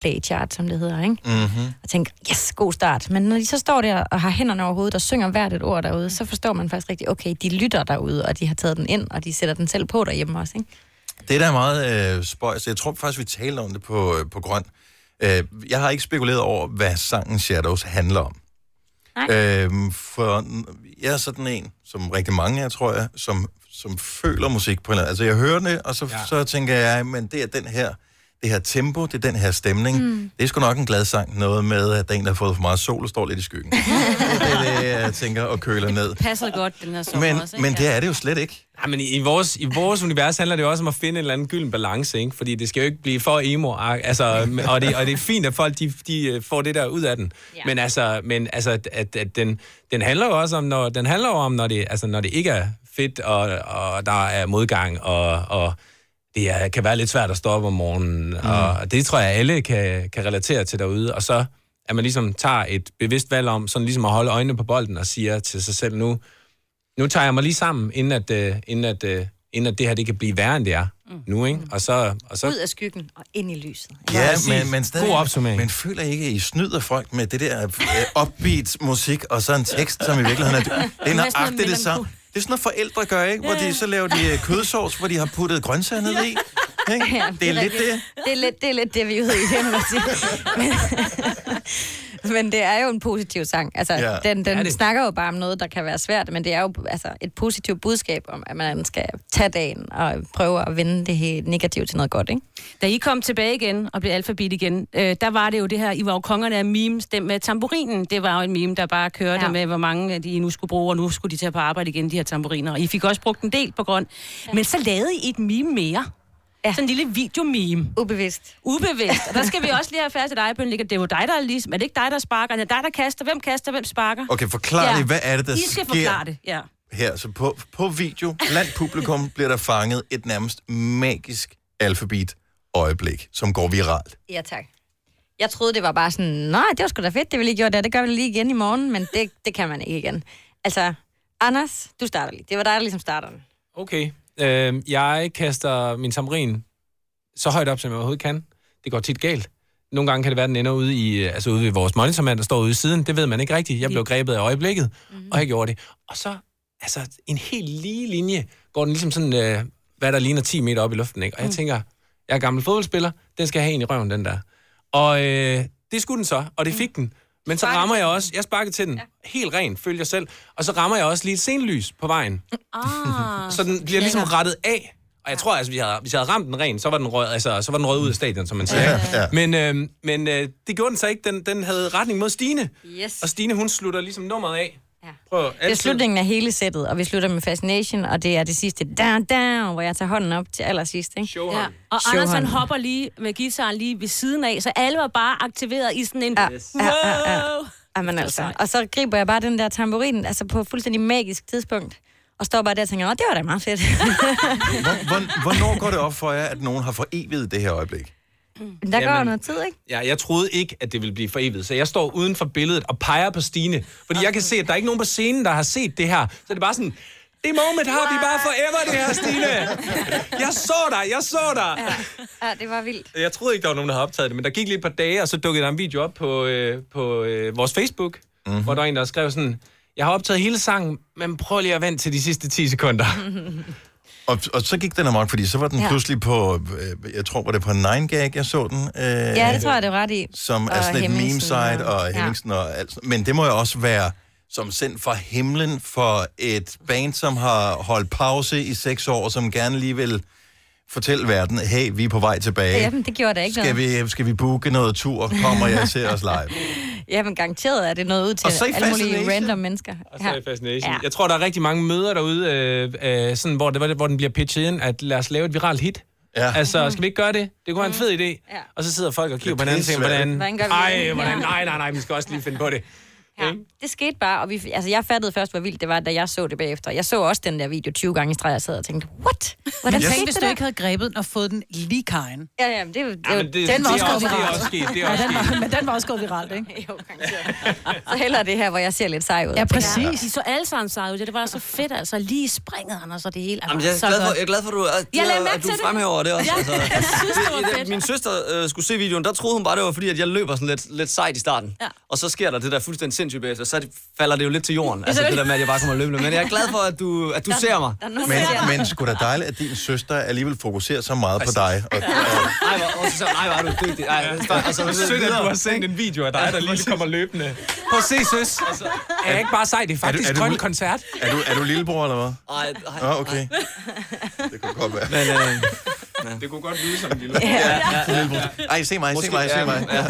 H: Playchart, som det hedder, ikke?
X: Mm-hmm.
H: Og tænke, yes, god start. Men når de så står der og har hænderne over hovedet og synger hvert et ord derude, så forstår man faktisk rigtig, okay, de lytter derude, og de har taget den ind, og de sætter den selv på derhjemme også, ikke?
A: Det der er meget øh, spøjs. Jeg tror faktisk, vi talte om det på, øh, på Grøn. Øh, jeg har ikke spekuleret over, hvad sangen Shadows handler om. Øh, for n- jeg er sådan en, som rigtig mange af, tror jeg, som, som føler musik på en eller anden. Altså, jeg hører det, og så, ja. så tænker jeg, men det er den her, det her tempo, det er den her stemning. Mm. Det er sgu nok en glad sang. Noget med, at der er en, der har fået for meget sol og står lidt i skyggen. det er det, jeg tænker og køler ned.
E: Passer godt den her sommer også, ikke?
A: Men,
E: Altså,
A: men det er det jo slet ikke.
I: Ja, men i, i, vores, i vores univers handler det jo også om at finde en eller anden gylden balance, ikke? Fordi det skal jo ikke blive for emo, ah, altså, men- og, det, og det er fint, at folk de, de øh, får det der ud af den. Ja. Men altså, men, altså at, at, at den, den handler jo også om, når, den handler jo om, når det, altså, når det ikke er fedt, og, og der er modgang, og, og det er, kan være lidt svært at stå op om morgenen, mm. og det tror jeg, alle kan, kan relatere til derude. Og så, at man ligesom tager et bevidst valg om, sådan ligesom at holde øjnene på bolden og siger til sig selv nu, nu tager jeg mig lige sammen, inden at, øh, inden at, øh, inden at det her det kan blive værre, end det er mm. nu, ikke? Og så... Og så
H: Ud af skyggen og ind i lyset.
A: Ja,
I: præcis.
A: men, men stadig,
I: God opsummering.
A: Men føler I ikke, at I snyder folk med det der øh, upbeat musik, og så en tekst, som i virkeligheden er... Det er
I: Næsten
A: nøjagtigt det samme.
I: melankol.
A: Det er sådan noget, forældre gør, ikke? Hvor de, så laver de øh, kødsovs, hvor de har puttet grøntsager ned i. Ikke? Det er lidt
H: rigtigt.
A: det.
H: Det er lidt det, er lidt det vi er ude i, det må man sige. Men, men det er jo en positiv sang. Altså,
Y: Ja.
H: ja. den,
Y: Det er
H: den
Y: det.
H: snakker jo bare om noget, der kan være svært, men det er jo altså, et positivt budskab om, at man skal tage dagen og prøve at vende det helt negativt til noget godt, ikke?
E: Da I kom tilbage igen og blev alfabet igen, øh, der var det jo det her, I var jo kongerne af memes, den med tamburinen, det var jo en meme, der bare kørte ja. med, hvor mange af de I nu skulle bruge, og nu skulle de til at på arbejde igen, de her tamburiner. Og I fik også brugt en del på grund. Ja. Men så lavede I et meme mere. Ja. Sådan en lille videomeme.
H: Ubevidst.
E: Ubevidst. Og der skal vi også lige have færdig til dig, Bønne, at det er jo dig, der er ligesom. Er det ikke dig, der sparker? Er det dig, der kaster? Hvem kaster? Hvem sparker?
A: Okay, forklar lige, hvad er det, der
E: I skal
A: sker?
E: forklare det, ja.
A: Her, så på, på video, blandt publikum, bliver der fanget et nærmest magisk alfabet øjeblik, som går viralt.
H: Ja, tak. Jeg troede, det var bare sådan, nej, det var sgu da fedt, det vi lige gjorde der. Det gør vi lige igen i morgen, men det, det kan man ikke igen. Altså, Anders, du starter lige. Det var dig, der ligesom starter den.
I: Okay. Øhm, jeg kaster min tamrin så højt op, som jeg overhovedet kan. Det går tit galt. Nogle gange kan det være, at den ender ude, i, øh, altså ude ved vores monitormand, der står ude i siden. Det ved man ikke rigtigt. Jeg blev grebet af øjeblikket, mm-hmm. og jeg gjorde det. Og så, altså, en helt lige linje går den ligesom sådan, øh, hvad der ligner 10 meter op i luften, ikke? Og jeg
J: Mm.
I: tænker, jeg er gammel fodboldspiller, den skal have en i røven, den der. Og øh, det skulle den så, og det fik den. Men så rammer jeg også, jeg Mm. sparkede til den, helt rent, følger jeg selv, og så rammer jeg også lige et senlys på vejen.
E: Ah,
I: Så den bliver ligesom rettet af. Og jeg tror, altså, hvis jeg havde, hvis jeg havde ramt den ren, så var den rød, altså, så var den rød ud af stadion, som man siger.
A: Ja, ja.
I: Men, øh, men øh, det gjorde den så ikke. Den, den havde retning mod Stine.
H: Yes.
I: Og Stine, hun slutter ligesom nummeret af. Ja. Prøv
H: Det er slutningen af hele sættet, og vi slutter med Fascination, og det er det sidste, down, down, hvor jeg tager hånden op til allersidst. Ikke?
E: Ja. Og Anders han hopper lige med gitaren lige ved siden af, så alle var bare aktiveret i sådan en... Yes. Wow!
H: Ja, ja, ja. Jamen altså. Og så griber jeg bare den der tamburin, altså på et fuldstændig magisk tidspunkt, og står bare der og tænker, åh, det var da meget fedt.
A: Hvor, hvor, hvornår går det op for jer, at nogen har forevet det her øjeblik?
H: Men der går
I: Jamen.
H: noget tid, ikke?
I: Ja, jeg troede ikke, at det ville blive for evigt, så jeg står uden for billedet og peger på Stine. Fordi jeg kan se, at der er ikke nogen på scenen, der har set det her. Så det er bare sådan, det moment har vi bare forever, det her, Stine. Jeg så dig, jeg så dig.
H: Ja, det var vildt.
I: Jeg troede ikke, der var nogen, der havde optaget det, men der gik lige et par dage, og så dukkede der en video op på, øh, på øh, vores Facebook, mm-hmm. hvor der var en, der skrev sådan, jeg har optaget hele sangen, men prøv lige at vente til de sidste 10 sekunder.
H: Mhm.
A: Og, og så gik den amok, fordi så var den
H: Ja.
A: ja. pludselig på, øh, jeg tror, var det på 9gag, jeg så den. Øh,
H: Ja, det tror jeg, det var ret i.
A: Som er
H: Og
A: sådan et
H: Hemmingsen
A: meme-site, og Hemmingsen og alt sådan. Men det må jo også være som sendt fra himlen for et band, som har holdt pause i seks år, og som gerne lige vil fortælle verden, hey, vi er på vej
H: Ja.
A: tilbage.
H: Jamen, det gjorde der ikke
A: Skal
H: noget.
A: vi, skal vi booke noget tur? Kommer jeg til os live?
H: Jamen, garanteret er det noget ud til
I: Og så i
H: alle mulige
I: Fascination.
H: random mennesker.
I: Og så er det Fascination.
H: Ja.
I: Ja. Jeg tror, der er rigtig mange møder derude, øh, øh, sådan, hvor, det, var det- hvor den bliver pitchet ind, at lad os lave et viralt hit.
A: Ja.
H: Mhm.
I: Altså, skal vi ikke gøre det? Det kunne være en fed idé. Ja. Og så sidder folk og kigger på hinanden og tænker,
A: pissesvært.
I: hvordan...
H: Hvordan gør vi
I: Ej,
H: det?
I: hvordan?
H: Ja.
I: Nej, nej, nej, vi skal også lige finde på det.
H: Ja, det skete bare, og vi, altså, jeg fattede først, hvor vildt det var, da jeg så det bagefter. Jeg så også den der video 20 gange i streg, og sad og tænkte, what? Hvordan
D: Tænk,
H: skete
D: hvis
H: det
D: du
H: der?
D: ikke havde grebet den og fået den lige kajen.
H: Ja, ja, men det, det,
D: Ja,
H: ja,
D: men
H: men
D: det- Den var det også er gået også- det er viralt. også
I: sket,
D: det er Ja, også den var- sket. men den var også gået viralt, ikke?
H: jo, garanteret. Så hellere det her, hvor jeg ser lidt sej ud.
D: Ja, præcis.
E: De så alle sammen seje ud. Det var så fedt, altså. Lige springet, Anders, og det hele. Altså,
K: Jamen, jeg, er
E: så
K: glad for,
E: godt.
K: jeg er glad for, at du, at,
E: Jeg lagde
K: at,
E: mærke
K: at du
E: til det.
K: fremhæver det også.
E: Ja,
K: altså.
E: jeg synes, det var
K: Det- det-
E: fedt.
K: Min søster øh, skulle se videoen, der troede hun bare, det var fordi, at jeg løber sådan lidt, lidt sejt i starten. Ja. Og så sker der det der fuldstændig sindssygt bagefter, så er det- falder det jo lidt til jorden. Altså det der med, at jeg bare kommer løbende. Men jeg er glad for, at du, at du
A: Der-
K: ser mig.
A: der er nogen, der Men- ser dig. men sgu da dejligt, at din søster alligevel fokuserer så meget på dig. Og,
K: Ej, hvor, og så, ej, hvor er du dygtig. Ej, altså,
I: Det er
K: altså,
I: sødt, at
K: videre.
I: du har sendt en video af dig, der lige kommer løbende. Prøv at se, søs. Altså, er jeg ikke bare sej? Det er faktisk
A: er du-
I: grøn koncert.
A: er, du, er du lillebror, eller hvad?
K: Ej,
A: Nå, okay. Det kunne godt være.
K: Men, øh,
I: Det kunne godt lyde som en lille.
A: Ja, ja, ja. Ej, se mig, se
K: Måske-
A: mig, se
K: ja,
A: mig.
K: ja.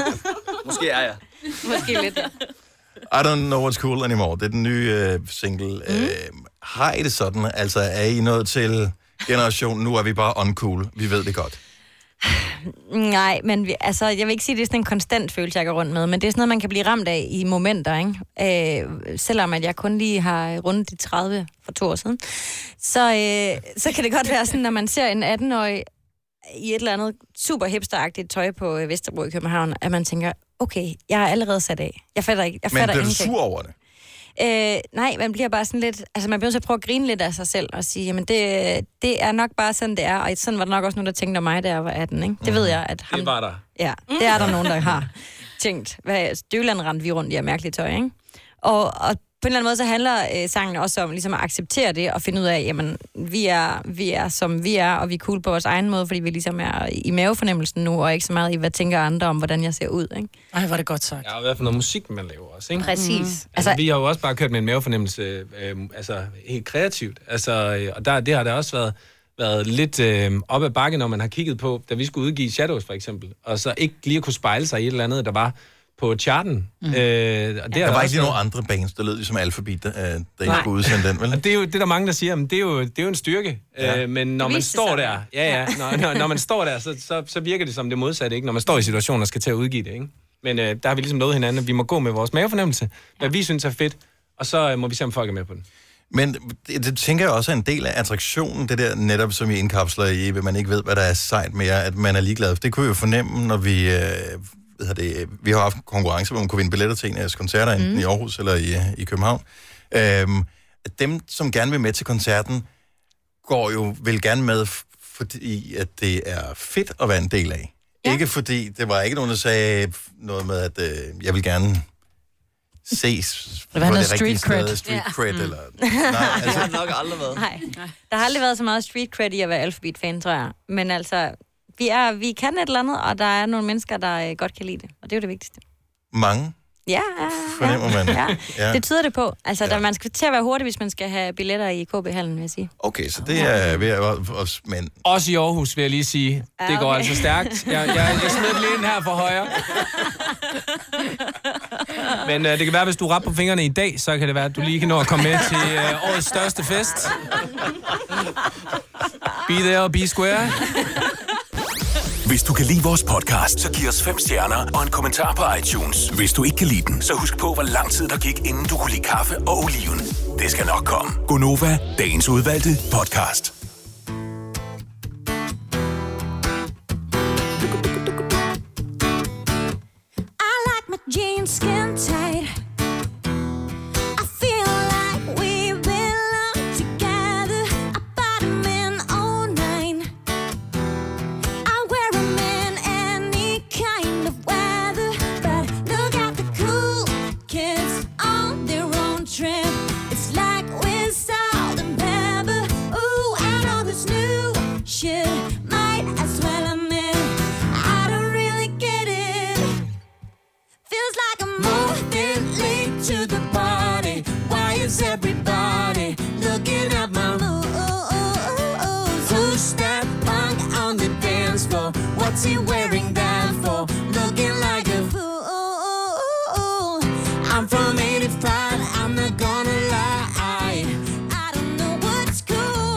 K: Måske er jeg.
H: Måske lidt.
A: I don't know what's cool anymore. Det er den nye øh, single. Mm.
K: Mhm.
A: Øh, har I det sådan? Altså, er I nået til generationen, nu er vi bare uncool. Vi ved det godt.
H: Nej, men vi, altså, jeg vil ikke sige, at det er sådan en konstant følelse, jeg går rundt med, men det er sådan noget, man kan blive ramt af i momenter, ikke? Øh, selvom at jeg kun lige har rundet de 30 for to år siden. Så, øh, så kan det godt være sådan, når man ser en 18-årig i et eller andet super hipsteragtigt tøj på øh, Vesterbro i København, at man tænker, okay, jeg er allerede sat af. Jeg fatter ikke. Jeg
A: Men
H: fatter
A: bliver du
H: ingenting.
A: sur over det?
H: Øh, nej, man bliver bare sådan lidt... Altså, man bliver nødt til at prøve at grine lidt af sig selv og sige, jamen, det, det er nok bare sådan, det er. Og sådan var det nok også nogen, der tænkte om mig, da jeg var 18, ikke? Det
D: Mhm.
H: ved jeg, at ham...
I: Det er var der.
H: Ja, det er der nogen, der har tænkt. Hvad, Støvland rendte vi rundt i af mærkeligt tøj, ikke? Og, og på en eller anden måde, så handler øh, sangen også om ligesom at acceptere det og finde ud af, jamen, vi er, vi er, som vi er, og vi er cool på vores egen måde, fordi vi ligesom er i mavefornemmelsen nu, og ikke så meget i, hvad tænker andre om, hvordan jeg ser ud, ikke?
D: Ej, var det godt sagt.
I: Ja, og hvad for noget musik, man laver også, ikke?
H: Præcis.
A: Mm.
I: Altså,
H: Altså-
I: altså, vi har jo også bare kørt med en mavefornemmelse, øh, altså helt kreativt. Altså, øh, og der, det har der også været, været lidt øh, op ad bakke, når man har kigget på, da vi skulle udgive Shadows for eksempel, og så ikke lige at kunne spejle sig i et eller andet, der var på charten. Mm. Øh, og det
A: Der, var ikke lige nogen andre bands, der lød ligesom Alphabet, der, øh, der ikke skulle udsende den, vel?
I: Og det er jo det, der er mange, der siger, men det er jo, det er jo en styrke.
A: Ja.
I: Ja. Øh, men når
A: Det
I: man
A: viste
I: står
A: sig.
I: der, ja, ja, når, når, når man står der, så, så, så virker det som det modsatte, ikke? Når man står i situationen og skal til at udgive det, ikke? Men øh, der har vi ligesom nået hinanden, at vi må gå med vores mavefornemmelse, hvad vi synes er fedt, og så øh, må vi se, om folk er med på den.
A: Men det, det tænker jeg også er en del af attraktionen, det der netop, som I indkapsler i, at man ikke ved, hvad der er sejt mere, at man er ligeglad. Det kunne jeg jo fornemme, når vi... Øh, hvad hedder det, vi har haft en konkurrence, hvor man kunne vinde billetter til en af jeres koncerter, enten
J: Mm.
A: i Aarhus eller i, i København. Øhm, at dem, som gerne vil med til koncerten, går jo vel gerne med, f- fordi at det er fedt at være en del af. Ja. Ikke fordi, det var ikke nogen, der sagde noget med, at øh, jeg vil gerne ses
D: Det var
A: på
D: noget
A: det rigtige
D: street cred.
A: sted, street
H: Ja.
A: cred,
H: Mm.
A: eller
H: Nej,
A: altså- Det har
K: nok aldrig været.
H: Nej. Der har aldrig været så meget street cred i at være Alphabet-fan, tror jeg. Men altså, vi, er, vi kan et eller andet, og der er nogle mennesker, der øh, godt kan lide det. Og det er jo det vigtigste.
A: mange,
H: Ja,
A: fornemmer man.
H: ja. ja. det tyder det på. Altså,
A: Ja.
H: ja. der, man skal til at være hurtig, hvis man skal have billetter i KB-hallen, vil jeg sige.
A: Okay, så det er ved at også, men...
I: Også i Aarhus, vil jeg lige sige.
H: Ja,
I: Det går
H: okay.
I: altså stærkt. Jeg, jeg, jeg smed den lige ind her for højre. Men øh, det kan være, hvis du rapper på fingrene i dag, så kan det være, at du lige kan nå at komme med til øh, årets største fest. Be there og be square.
F: Hvis du kan lide vores podcast, så giv os fem stjerner og en kommentar på iTunes. Hvis du ikke kan lide den, så husk på, hvor lang tid der gik, inden du kunne lide kaffe og oliven. Det skal nok komme.
J: Gonova,
F: Dagens udvalgte podcast.
J: I like my jeans skin tight. I feel like we belong together. I bought 'em in 09. I wear 'em in any kind of weather. But look at the cool kids on their own trip. It's like we're salt and pepper. Ooh, and all this new shit. Might as well admit, I don't really get it. Feels like I'm moving late to the party. Why is everybody looking at my moves? Who's that punk on the dance floor? What's he wearing that for? Looking like a fool. I'm from 85, I'm not gonna lie. I don't know what's cool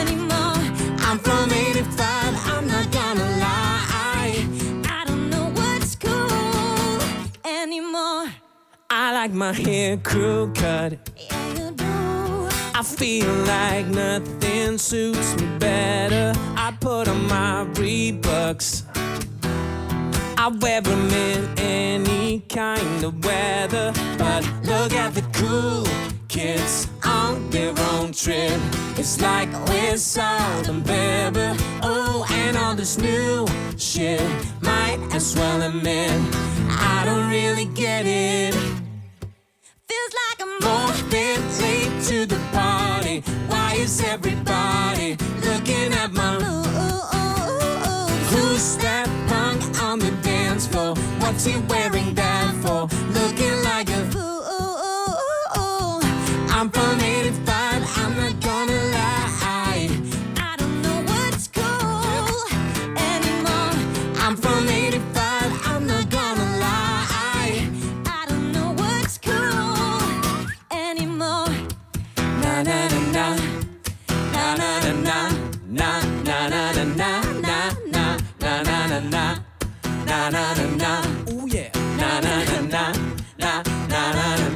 J: anymore. I'm from 85, I'm not gonna lie. I don't know what's cool anymore.
P: I like my hair crew cut. I feel like nothing suits me better. I put on my Reeboks. I wear them in any kind of weather. But look at the cool kids on their own trip. It's like we're salt and pepper. Oh, and all this new shit. Might as well admit, I don't really get it.
J: Feels like I'm
P: Morning late to the party. Why is everybody looking at my moves? Who's that punk on the dance floor? What's he wearing that for? Looking like a fool. I'm from 85. I'm not gonna lie. I don't know what's cool anymore. I'm from 85. I'm not gonna lie.
J: I don't know what's cool anymore.
P: na na na na na na na na na na na na na na na na na na na na na ooh yeah na na na na na na na na na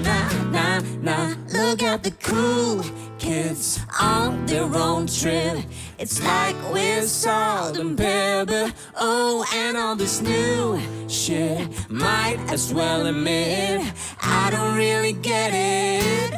P: na
J: Look at the cool kids on their own trip. It's like we're salt and pepper.
P: oh and all this new shit might as well admit I don't really get it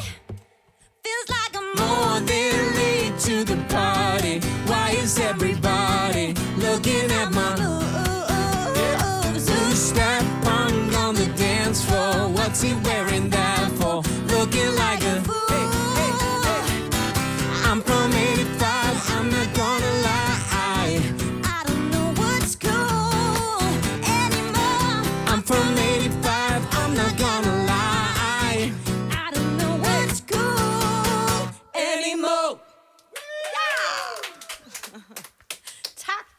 P: feels like I'm more than late to the party why is everybody looking at my moves who's that punk on the dance floor what's he wearing that for looking like a Hey, hey, hey. I'm from 85 I'm not gonna lie I don't know what's cool I'm from 85, I'm not gonna lie. I don't know what's cool anymore.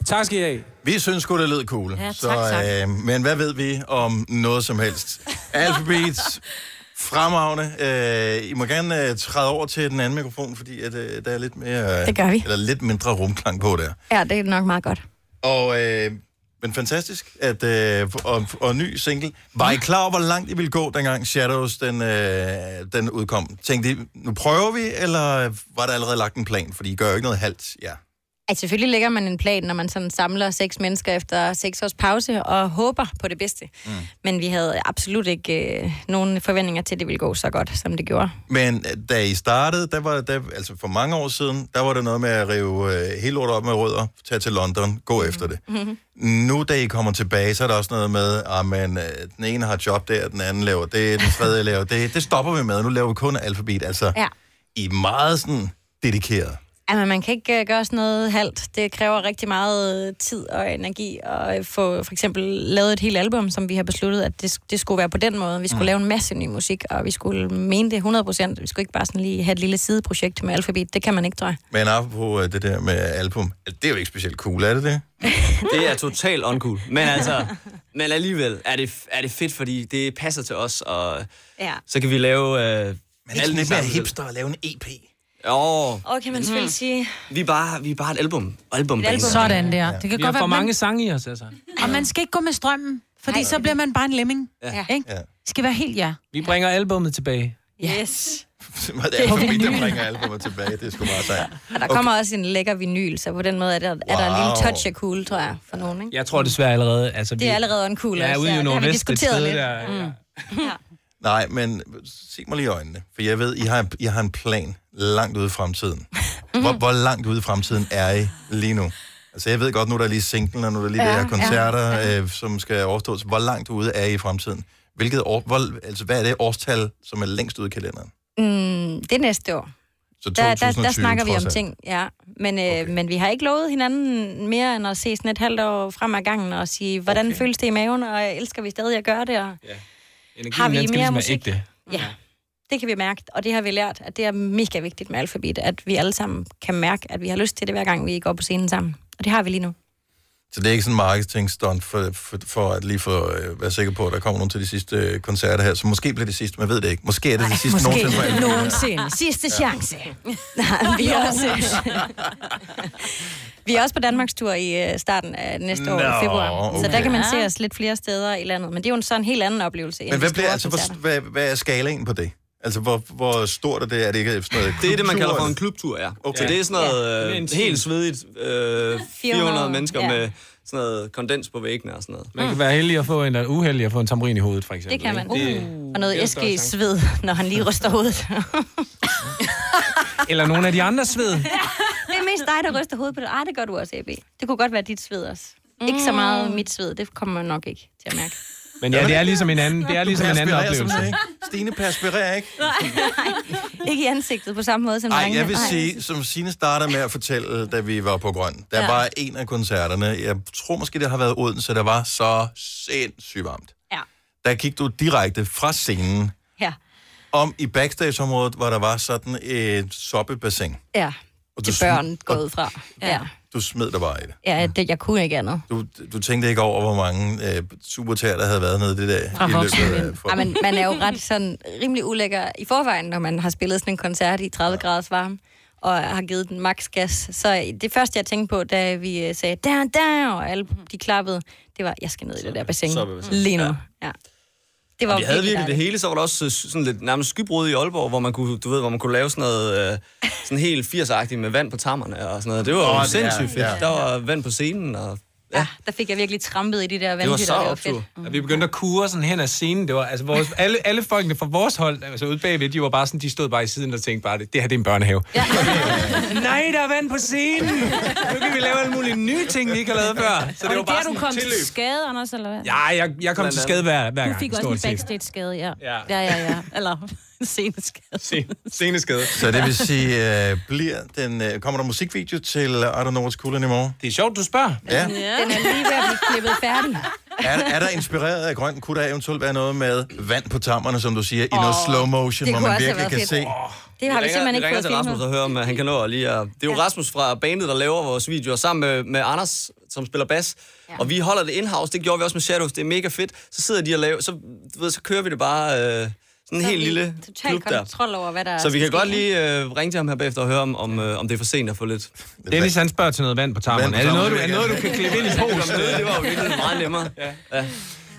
I: Tak skal I have.
A: Vi synes sgu, det lød cool.
I: Ja, tak, tak.
A: Øh, men hvad ved vi om noget som helst? Alphabet, fremragende. Øh, I må gerne øh, træde over til den anden mikrofon, fordi at, øh, der er lidt mere...
H: Det gør vi.
A: Eller lidt mindre rumklang på der.
H: Ja, det er nok meget godt.
A: Og, øh, men fantastisk, at, øh, og, og ny single. Var I klar over, hvor langt I ville gå, dengang Shadows den, øh, den udkom? Tænkte I, nu prøver vi, eller var der allerede lagt en plan? Fordi I gør jo ikke noget halvt, ja.
H: Altså, selvfølgelig lægger man en plan, når man sådan samler seks mennesker efter seks års pause og håber på det bedste. Mm. Men vi havde absolut ikke øh, nogen forventninger til, at det ville gå så godt, som det gjorde.
A: Men øh, da I startede, der var, der, altså for mange år siden, der var det noget med at rive øh, hele lortet op med rødder, tage til London, gå mm. efter det. Nu, da I kommer tilbage, så er der også noget med, at man, øh, den ene har job der, den anden laver det, den tredje laver det. Det stopper vi med, nu laver vi kun alfabet. Altså,
H: Ja.
A: I er meget sådan dedikeret.
H: Jamen, man kan ikke øh, gøre sådan noget halvt. Det kræver rigtig meget øh, tid og energi at øh, få for eksempel lavet et helt album, som vi har besluttet, at det, det skulle være på den måde. Vi skulle
L: Mm.
H: lave en masse ny musik, og vi skulle mene det 100%. Vi skulle ikke bare sådan lige have et lille sideprojekt med alfabet. Det kan man ikke, tror jeg.
A: Men apropos øh, det der med album, altså, det er jo ikke specielt cool, er det det?
K: Det er totalt uncool. Men altså, men alligevel er det, er det fedt, fordi det passer til os, og
H: Ja.
K: så kan vi lave... Øh,
A: Men ikke sådan lidt mere hipster at lave en E EP.
K: Jo,
H: Og kan man selvfølgelig sige...
K: vi er bare, vi er bare et album. album,
D: Et album. Sådan der. Det kan
K: vi
D: godt
K: har
D: være,
K: for
D: man-
K: mange sange i os, altså.
D: Og man skal ikke gå med strømmen, fordi
K: Nej.
D: så bliver man bare en lemming.
K: Ja.
D: Ikke?
A: Ja.
D: Det skal være helt jer.
I: Vi bringer albummet tilbage.
H: Yes.
A: Det er alfabet, der bringer albumet tilbage, det er sgu meget sejt.
H: Og der kommer også en lækker vinyl, så på den måde er der, er der en lille
I: Wow.
H: touch af cool, tror jeg, for nogen. Ikke?
I: Jeg tror desværre allerede... Altså,
H: Det er allerede uncool
I: Ja,
H: også,
I: ude i
H: ja. Det har vi
I: Nordvest,
H: diskuteret
I: sted
H: lidt.
I: Der, mm.
A: Nej, men se mig lige i øjnene, for jeg ved, I har, I har en plan langt ude i fremtiden.
H: Mhm.
A: Hvor, hvor langt ude i fremtiden er I lige nu? Altså, jeg ved godt, nu er der lige singlen, og nu er der lige ja,
M: Ja,
A: det
M: ja,
A: her koncerter, ja, ja. Øh, som skal overstås. Hvor langt ude er I i fremtiden? Hvilket år, hvor, altså, hvad er det årstal, som er længst ude i kalenderen?
H: Mm, det er næste år.
A: Så
H: der, der, der
A: 2020
H: snakker vi
A: trods
H: om
A: alt.
H: ting, ja. Men, øh, okay. men vi har ikke lovet hinanden mere end at se sådan et halvt år frem ad gangen og sige, hvordan okay. føles det i maven, og elsker vi stadig at gøre det? Og ja.
I: Energien,
H: Har vi
I: den skal
H: mere
I: ligesom være
H: musik?
I: ægte.
H: ja, det kan vi mærke, og det har vi lært, at det er mega vigtigt med alfabet, at vi alle sammen kan mærke, at vi har lyst til det, hver gang vi går på scenen sammen. Og det har vi lige nu.
A: Så det er ikke sådan en marketingstunt for, for, for at lige få, øh, være sikker på, at der kommer nogen til de sidste øh, koncerter her. Så måske bliver det sidste, man ved det ikke. Måske er det det sidste nogensinde. for alle.
H: Sidste chance. Nej, vi er også... Vi er også på Danmarks tur i øh, starten af næste år
A: Nå,
H: i februar. Så
A: okay.
H: der kan man se os lidt flere steder i landet. Men det er jo en sådan helt anden oplevelse. end
A: Men hvad,
H: de
A: bliver,
H: store koncerter.
A: altså, hvor, hvad, hvad er skalaen på det? Altså, hvor, hvor stort er det? Er det ikke sådan noget
K: Det er det, man
A: klubtur,
K: kalder for
A: eller?
K: en klubtur, ja.
A: Okay.
K: Okay. Så det er sådan noget
A: Ja.
K: øh, helt svedigt øh, 400 mennesker
H: ja.
K: ja. med sådan noget kondens på væggene og sådan noget.
I: Man kan være heldig at få en, eller uheldig at få en tamrin i hovedet, for eksempel.
H: Mm. Det kan man. Uh.
I: ikke? Det-
H: Og noget Eske sved, når han lige ryster hovedet.
I: Eller nogle af de andre sved.
H: det er mest dig, der ryster hovedet på det. Ej, det gør du også, AB. Det kunne godt være dit sved også. Ikke så meget mit sved, det kommer man nok ikke til at mærke.
I: Men ja, det er ligesom en anden, det er
A: Du
I: ligesom en anden
A: perspirerer som sådan,
I: oplevelse.
A: ikke? Stine perspirerer ikke.
H: Nej, ikke i ansigtet på samme måde som
A: Ej,
H: drengene.
A: jeg vil sige, som Signe starter med at fortælle, da vi var på Grøn, der
H: Ja.
A: var en af koncerterne, jeg tror måske, det har været Odense, der var så sindssygt varmt.
H: Ja.
A: Der gik du direkte fra scenen
H: Ja.
A: om i backstageområdet, hvor der var sådan et soppebassin.
H: Ja,
A: Og
H: til
A: sm-
H: børn gået fra. Ja.
A: Du smed dig bare i det.
H: ja, det, jeg kunne ikke andet.
A: Du, du tænkte ikke over, hvor mange øh, supertær, der havde været nede i det der
H: Fra
A: i løbet af...
H: voksenlivet. Ja, men man er jo ret sådan rimelig ulækker i forvejen, når man har spillet sådan en koncert i 30 graders varme og har givet den max gas. Så det første, jeg tænkte på, da vi øh, sagde, down, down, og alle de klappede, det var, jeg skal ned i det der bassin
K: så er vi-
H: lige nu. Ja. Det var
K: vi havde virkelig det
H: dejligt.
K: hele, så var der også øh, sådan lidt nærmest skybrud i Aalborg, hvor man kunne, du ved, hvor man kunne lave sådan noget øh, sådan helt 80'er-agtigt med vand på tammerne og sådan noget. Det var
A: Åh,
K: jo
A: det er-
K: sindssygt fedt.
A: ja.
K: Der var vand på scenen, og
H: Der fik jeg virkelig trampet i de der vandhytter.
I: Mm. Vi begyndte at kure sådan hen ad scenen. Det var, altså, vores, alle, alle folkene fra vores hold, altså ude bagved, de var bare sådan, de stod bare i siden og tænkte bare, det, det her det er en børnehave. Ja. Nej, der er vand på scenen. Nu kan vi lave alle mulige nye ting, vi ikke har lavet før. Så det var bare
E: der, du
I: sådan
E: kom
I: et
E: til
I: tilløb.
E: skade, Anders, eller hvad?
I: Ja, jeg, jeg kom
K: Blandt
I: til skade hver, hver
E: Du
I: gang.
E: fik også en backstage-skade, ja.
I: Ja.
E: Ja, ja, ja. Eller en seneskade.
I: Seneskade.
A: Så det vil sige, øh, bliver den, øh, kommer der musikvideo til øh, I Don't Know What's Cool i morgen?
I: Det er sjovt, du spørger.
A: Ja.
H: Den er lige ved at blive klippet færdig.
A: Er, er der inspireret af grøn? Kunne der eventuelt være noget med vand på tammerne, som du siger, i noget
H: Åh,
A: slow motion,
H: det
A: hvor
H: kunne
A: man
H: også have
A: virkelig kan
H: været
A: se?
H: fedt. Det har vi, simpelthen ikke
K: ringer
H: fået
K: til Rasmus
H: filmet.
K: og hører, om øh, han kan nå at lige... Uh, det er jo Rasmus fra bandet, der laver vores videoer, sammen med, med Anders, som spiller bas. Og vi holder det in-house, det gjorde vi også med Shadows, det er mega fedt. Så sidder de og laver... Så, du ved, så kører vi det bare... Øh, sådan en
H: Så er
K: helt
H: vi
K: lille
H: Total
K: klub der.
H: kontrol over, hvad der
K: Så
H: skal
K: vi kan
H: ske,
K: godt
H: ikke?
K: lige øh, ringe til ham her bagefter og høre, om, om, øh, om det er for sent at få lidt...
I: Dennis, han spørger til noget vand på tarmen. Er det noget, du, er det noget, du kan klippe ind i posen?
K: Det var jo virkelig meget nemmere. Ja.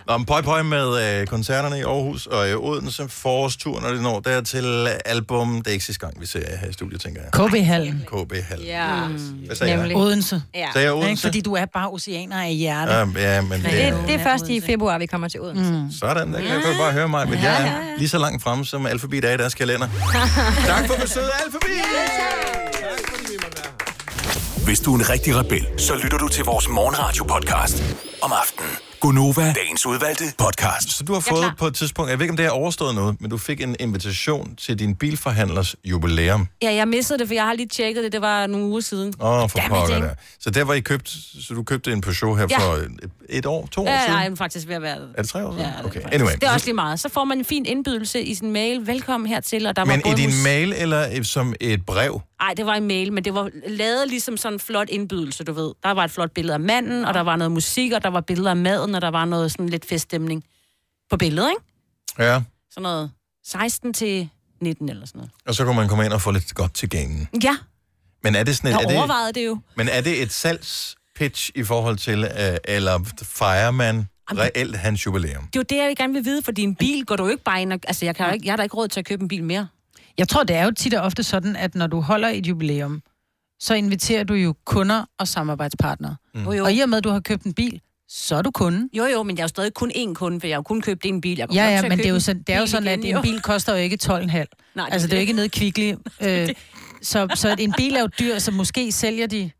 A: Nå, men pøj, pøj med øh, koncerterne i Aarhus og i Odense. Forårsturen, når det når dertil album. Det er ikke sidste gang, vi ser jer her i studiet, tænker jeg.
D: KB-hallen.
A: KB Hall.
D: Ja,
A: Hvad sagde jeg? Nemlig.
D: Odense.
A: Ja. Sagde jeg Odense?
D: Ikke? Fordi du er bare oceaner af hjerte.
A: Ja, Øhm, ja, men
H: Men
A: det,
H: det, det er først i februar, vi kommer til Odense. Mm.
A: sådan, der kan jeg godt bare høre mig. Men jeg er lige så langt frem, som alfabet er i deres kalender. tak for besøget, Alfabet!
F: Hvis du er en rigtig rebel, så lytter du til vores morgenradio-podcast om aftenen. Gunova, dagens udvalgte podcast.
A: Så du har fået på et tidspunkt, jeg ved ikke, om det er overstået noget, men du fik en invitation til din bilforhandlers jubilæum.
E: Ja, jeg missede det, for jeg har lige tjekket det. Det var nogle uger siden.
A: Åh, oh, for
E: Damn it,
A: pokker
E: ikke?
A: der. Så der var I købt, så du købte en Peugeot her
E: Ja.
A: for øh, et, et år, to år
E: Ja,
A: siden?
E: nej, men faktisk ved at være...
A: Er det tre år siden? Ja, okay,
E: Anyway.
A: anyway.
E: Det er også lige meget. Så får man en fin indbydelse i sin mail. Velkommen hertil, og der var
A: Men i
E: både
A: din
E: mus-
A: mail eller øh, som et brev?
E: Nej, det var en mail, men det var lavet ligesom sådan en flot indbydelse, du ved. Der var et flot billede af manden, og der var noget musik, og der var billeder af maden, og der var noget sådan lidt feststemning på billedet, ikke?
A: Ja.
E: Sådan noget 16 til 19 eller sådan noget.
A: Og så kunne man komme ind og få lidt godt til gamen.
E: Ja,
A: Men er det sådan et,
E: jeg
A: er
E: overvejede det jo.
A: det, men er det et salgspitch i forhold til, øh, eller fejrer man reelt hans jubilæum?
E: Det er jo det, jeg gerne vil vide, for din bil går du jo ikke bare ind og... Altså, jeg, kan jo ikke, jeg har da ikke råd til at købe en bil mere.
D: Jeg tror, det er jo tit og ofte sådan, at når du holder et jubilæum, så inviterer du jo kunder og samarbejdspartnere.
E: Mm.
D: Mm.
E: Jo, jo.
D: Og i og med, at du har købt en bil, så er du kunde.
E: Jo, jo, men jeg er jo stadig kun én kunde, for jeg har jo kun købt én bil. Jeg kommer
D: Ja,
E: nok
D: ja,
E: til at
D: men det er
E: købe
D: jo,
E: en
D: sådan, det er jo
E: bil
D: sådan, at
E: igen,
D: en bil koster jo ikke 12,5.
E: Nej, det
D: altså, det
E: er
D: er jo
E: det.
D: ikke nede i kvickly. Øh, så, så en bil er jo dyr, så måske sælger de...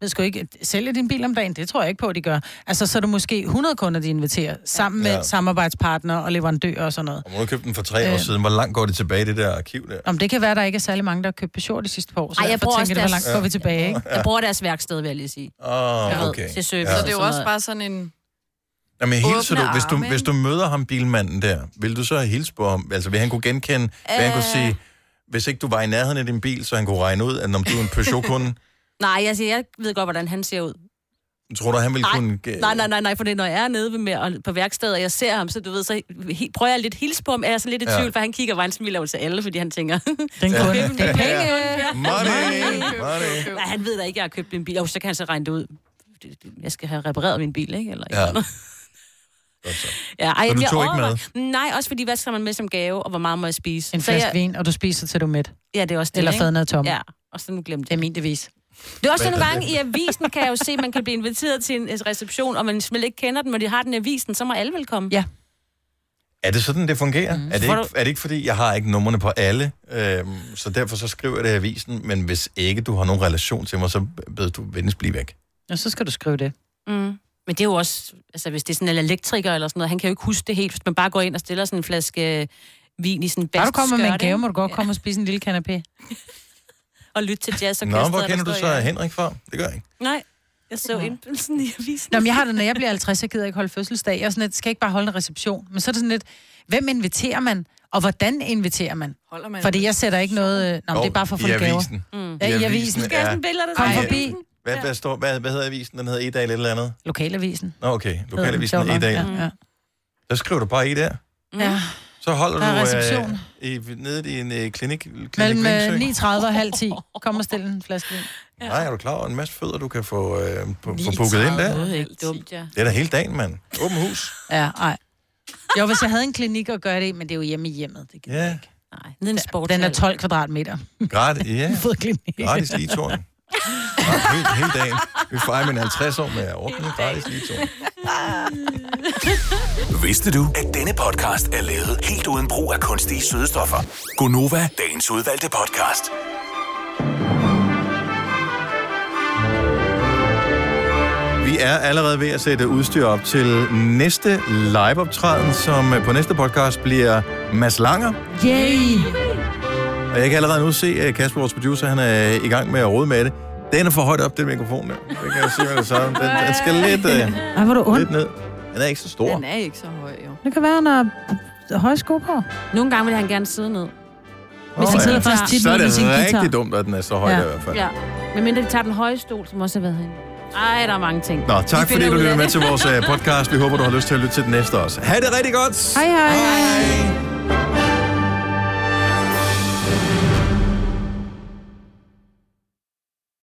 D: Jeg sgu ikke, sælger din bil om dagen? Det tror jeg ikke på, de gør. Altså, så er det måske 100 kunder, de inviterer, sammen med
A: Ja.
D: ja. samarbejdspartnere og leverandører og sådan noget.
A: Og man købte den for tre øh.
E: Øhm.
A: år
D: Øh.
A: siden. Hvor langt går det tilbage, det der arkiv der?
D: Om det kan være, at der ikke er særlig mange, der har købt Peugeot de sidste par år, så
E: Ej, jeg
D: derfor
E: bruger også
D: tænker det, hvor
E: deres-
D: langt går vi tilbage, ikke?
E: Jeg bruger deres værksted, vil jeg lige sige.
A: Åh,
E: Jeg
A: oh,
E: ved,
A: okay.
E: til service
B: Så
A: Ja.
B: det er jo også bare sådan en...
A: Jamen, hilser
B: åbne
A: du, hvis, du,
B: arme,
A: hvis du møder ham, bilmanden der, vil du så hilse på ham? Altså, vil han kunne genkende, øh... vil han kunne sige, hvis ikke du var i nærheden af din bil, så han kunne regne ud, at om du er en Peugeot-kunde,
E: Nej, jeg, siger, jeg ved godt, hvordan han ser ud.
A: tror du, han ville
E: Nej,
A: kunne...
E: nej, nej, nej, nej, for det, når jeg er nede ved med, og på værkstedet, og jeg ser ham, så du ved, så he, prøver jeg lidt hilse på ham, er jeg så lidt i
A: Ja.
E: tvivl, for han kigger bare, han smiler jo til alle, fordi han tænker...
D: Den
A: Ja.
D: kunde.
A: Det er penge.
E: Ja.
A: Money, money.
E: Nej, han ved da ikke, at jeg har købt en bil. Jo, så kan han så regne det ud. Det- det- Jeg skal have repareret min bil, ikke? Eller,
A: Ja.
E: eller noget. Ja, ej,
D: Så du
E: jeg
D: tog ikke
E: overvejer- Nej, også fordi, hvad skal man med som gave, og hvor meget må jeg spise?
D: En
E: Så
D: flaske
E: jeg,
D: vin, og du spiser til du er mæt.
E: Ja, det er også det,
D: Eller
E: ikke?
D: faden er tom.
E: Ja, og sådan glemte jeg.
D: Det er min devis.
E: Det er også nogle gange i avisen, kan jeg jo se, at man kan blive inviteret til en reception, og man slet ikke kender den, men de har den i avisen, så må alle velkommen.
D: Ja.
A: Er det sådan, det fungerer? Mm. Er, det
E: Får
A: ikke,
E: du-
A: er det ikke, fordi jeg har ikke numrene på alle, øhm, så derfor så skriver jeg det i avisen, men hvis ikke du har nogen relation til mig, så ved du venligst blive væk.
D: Og så skal du skrive det.
E: Mm. Men det er jo også, altså hvis det er sådan en elektriker eller sådan noget, han kan jo ikke huske det helt, hvis man bare går ind og stiller sådan en flaske øh, vin i sådan en
D: Bare
E: bedst
D: du kommer med en
E: skørte,
D: gave,
E: ikke?
D: må du godt komme og spise en lille kanapé.
E: Og lytte til jazz og
A: Nå, hvor kender du så Henrik fra? Det gør jeg ikke.
E: Nej, jeg så indbydelsen i avisen.
D: Nå, men jeg har det, når jeg bliver 50, så gider jeg ikke holde fødselsdag. Jeg er sådan lidt, skal jeg ikke bare holde en reception. Men så er det sådan lidt, hvem inviterer man? Og hvordan inviterer man?
B: Holder man
D: Fordi
B: en
D: jeg sætter ikke noget... øh, Nå, men det er bare for at få
A: I
D: gaver.
A: avisen.
D: Mm. Ja, i avisen.
A: er-
D: Kom
A: Ej,
D: forbi.
A: Hvad, hvad, står, hvad, hvad hedder avisen? Den hedder E-dag eller et eller andet?
D: Lokalavisen.
A: Nå, okay.
D: Det
A: Lokalavisen
D: var nok,
A: E-dag.
E: Mm.
D: Ja. ja.
A: Så skriver du bare i der.
D: ja.
A: Så holder
D: Der er
A: du øh,
D: reception.
A: i, nede i en øh, klinik. klinik
D: Mellem øh,
A: Vingsø.
D: 9.30 og halv 10. Kom og stil en flaske vin.
A: Nej, er du klar over en masse fødder, du kan få, øh, på, få booket ind der?
E: Det er ikke dumt, ja.
A: Det er da hele dagen, mand. Åben hus.
D: Ja, ej. Jo, hvis jeg havde en klinik at gøre det i, men det er jo hjemme i hjemmet. Det gider
A: Ja.
D: jeg ikke.
E: Nej, nede i en sportshal.
D: Den er 12 kvadratmeter.
A: Gratis, ja.
D: Fodklinik.
A: Gratis ligetårn. Ja, hele, hele dagen. Vi fejrer min 50 år med ordentlig gratis ligetårn.
F: Vidste du, at denne podcast er lavet helt uden brug af kunstige sødestoffer? Gunova, dagens udvalgte podcast.
A: Vi er allerede ved at sætte udstyr op til næste liveoptræden, som øh, på næste podcast bliver Mads Langer.
D: Yay!
A: Og jeg kan allerede nu se, at Kasper, vores producer, han er i gang med at rode med det. Den er for højt op, den mikrofon der. Det kan jeg sige med det samme. Den, den skal lidt, øh,
D: Ej, hvor er du ond.
A: lidt ned. Den er ikke så stor.
B: Den er ikke så høj, jo.
D: Det kan være, når høje sko på.
E: Nogle gange vil han gerne sidde ned.
D: Hvis de sidder faktisk tit
A: så er
D: med
A: det
D: sin guitar.
A: rigtig dumt, at den er så høj der i hvert fald.
E: Ja. Men mindre de tager den høje stol, som også har været herinde. Ej, der er mange ting.
A: Nå, tak
E: Vi
A: fordi
E: finder
A: du
E: ud af
A: lytter med
E: det.
A: til vores øh, podcast. Vi håber, du har lyst til at lytte til den næste også. Ha' det rigtig godt!
E: hej, hej. hej.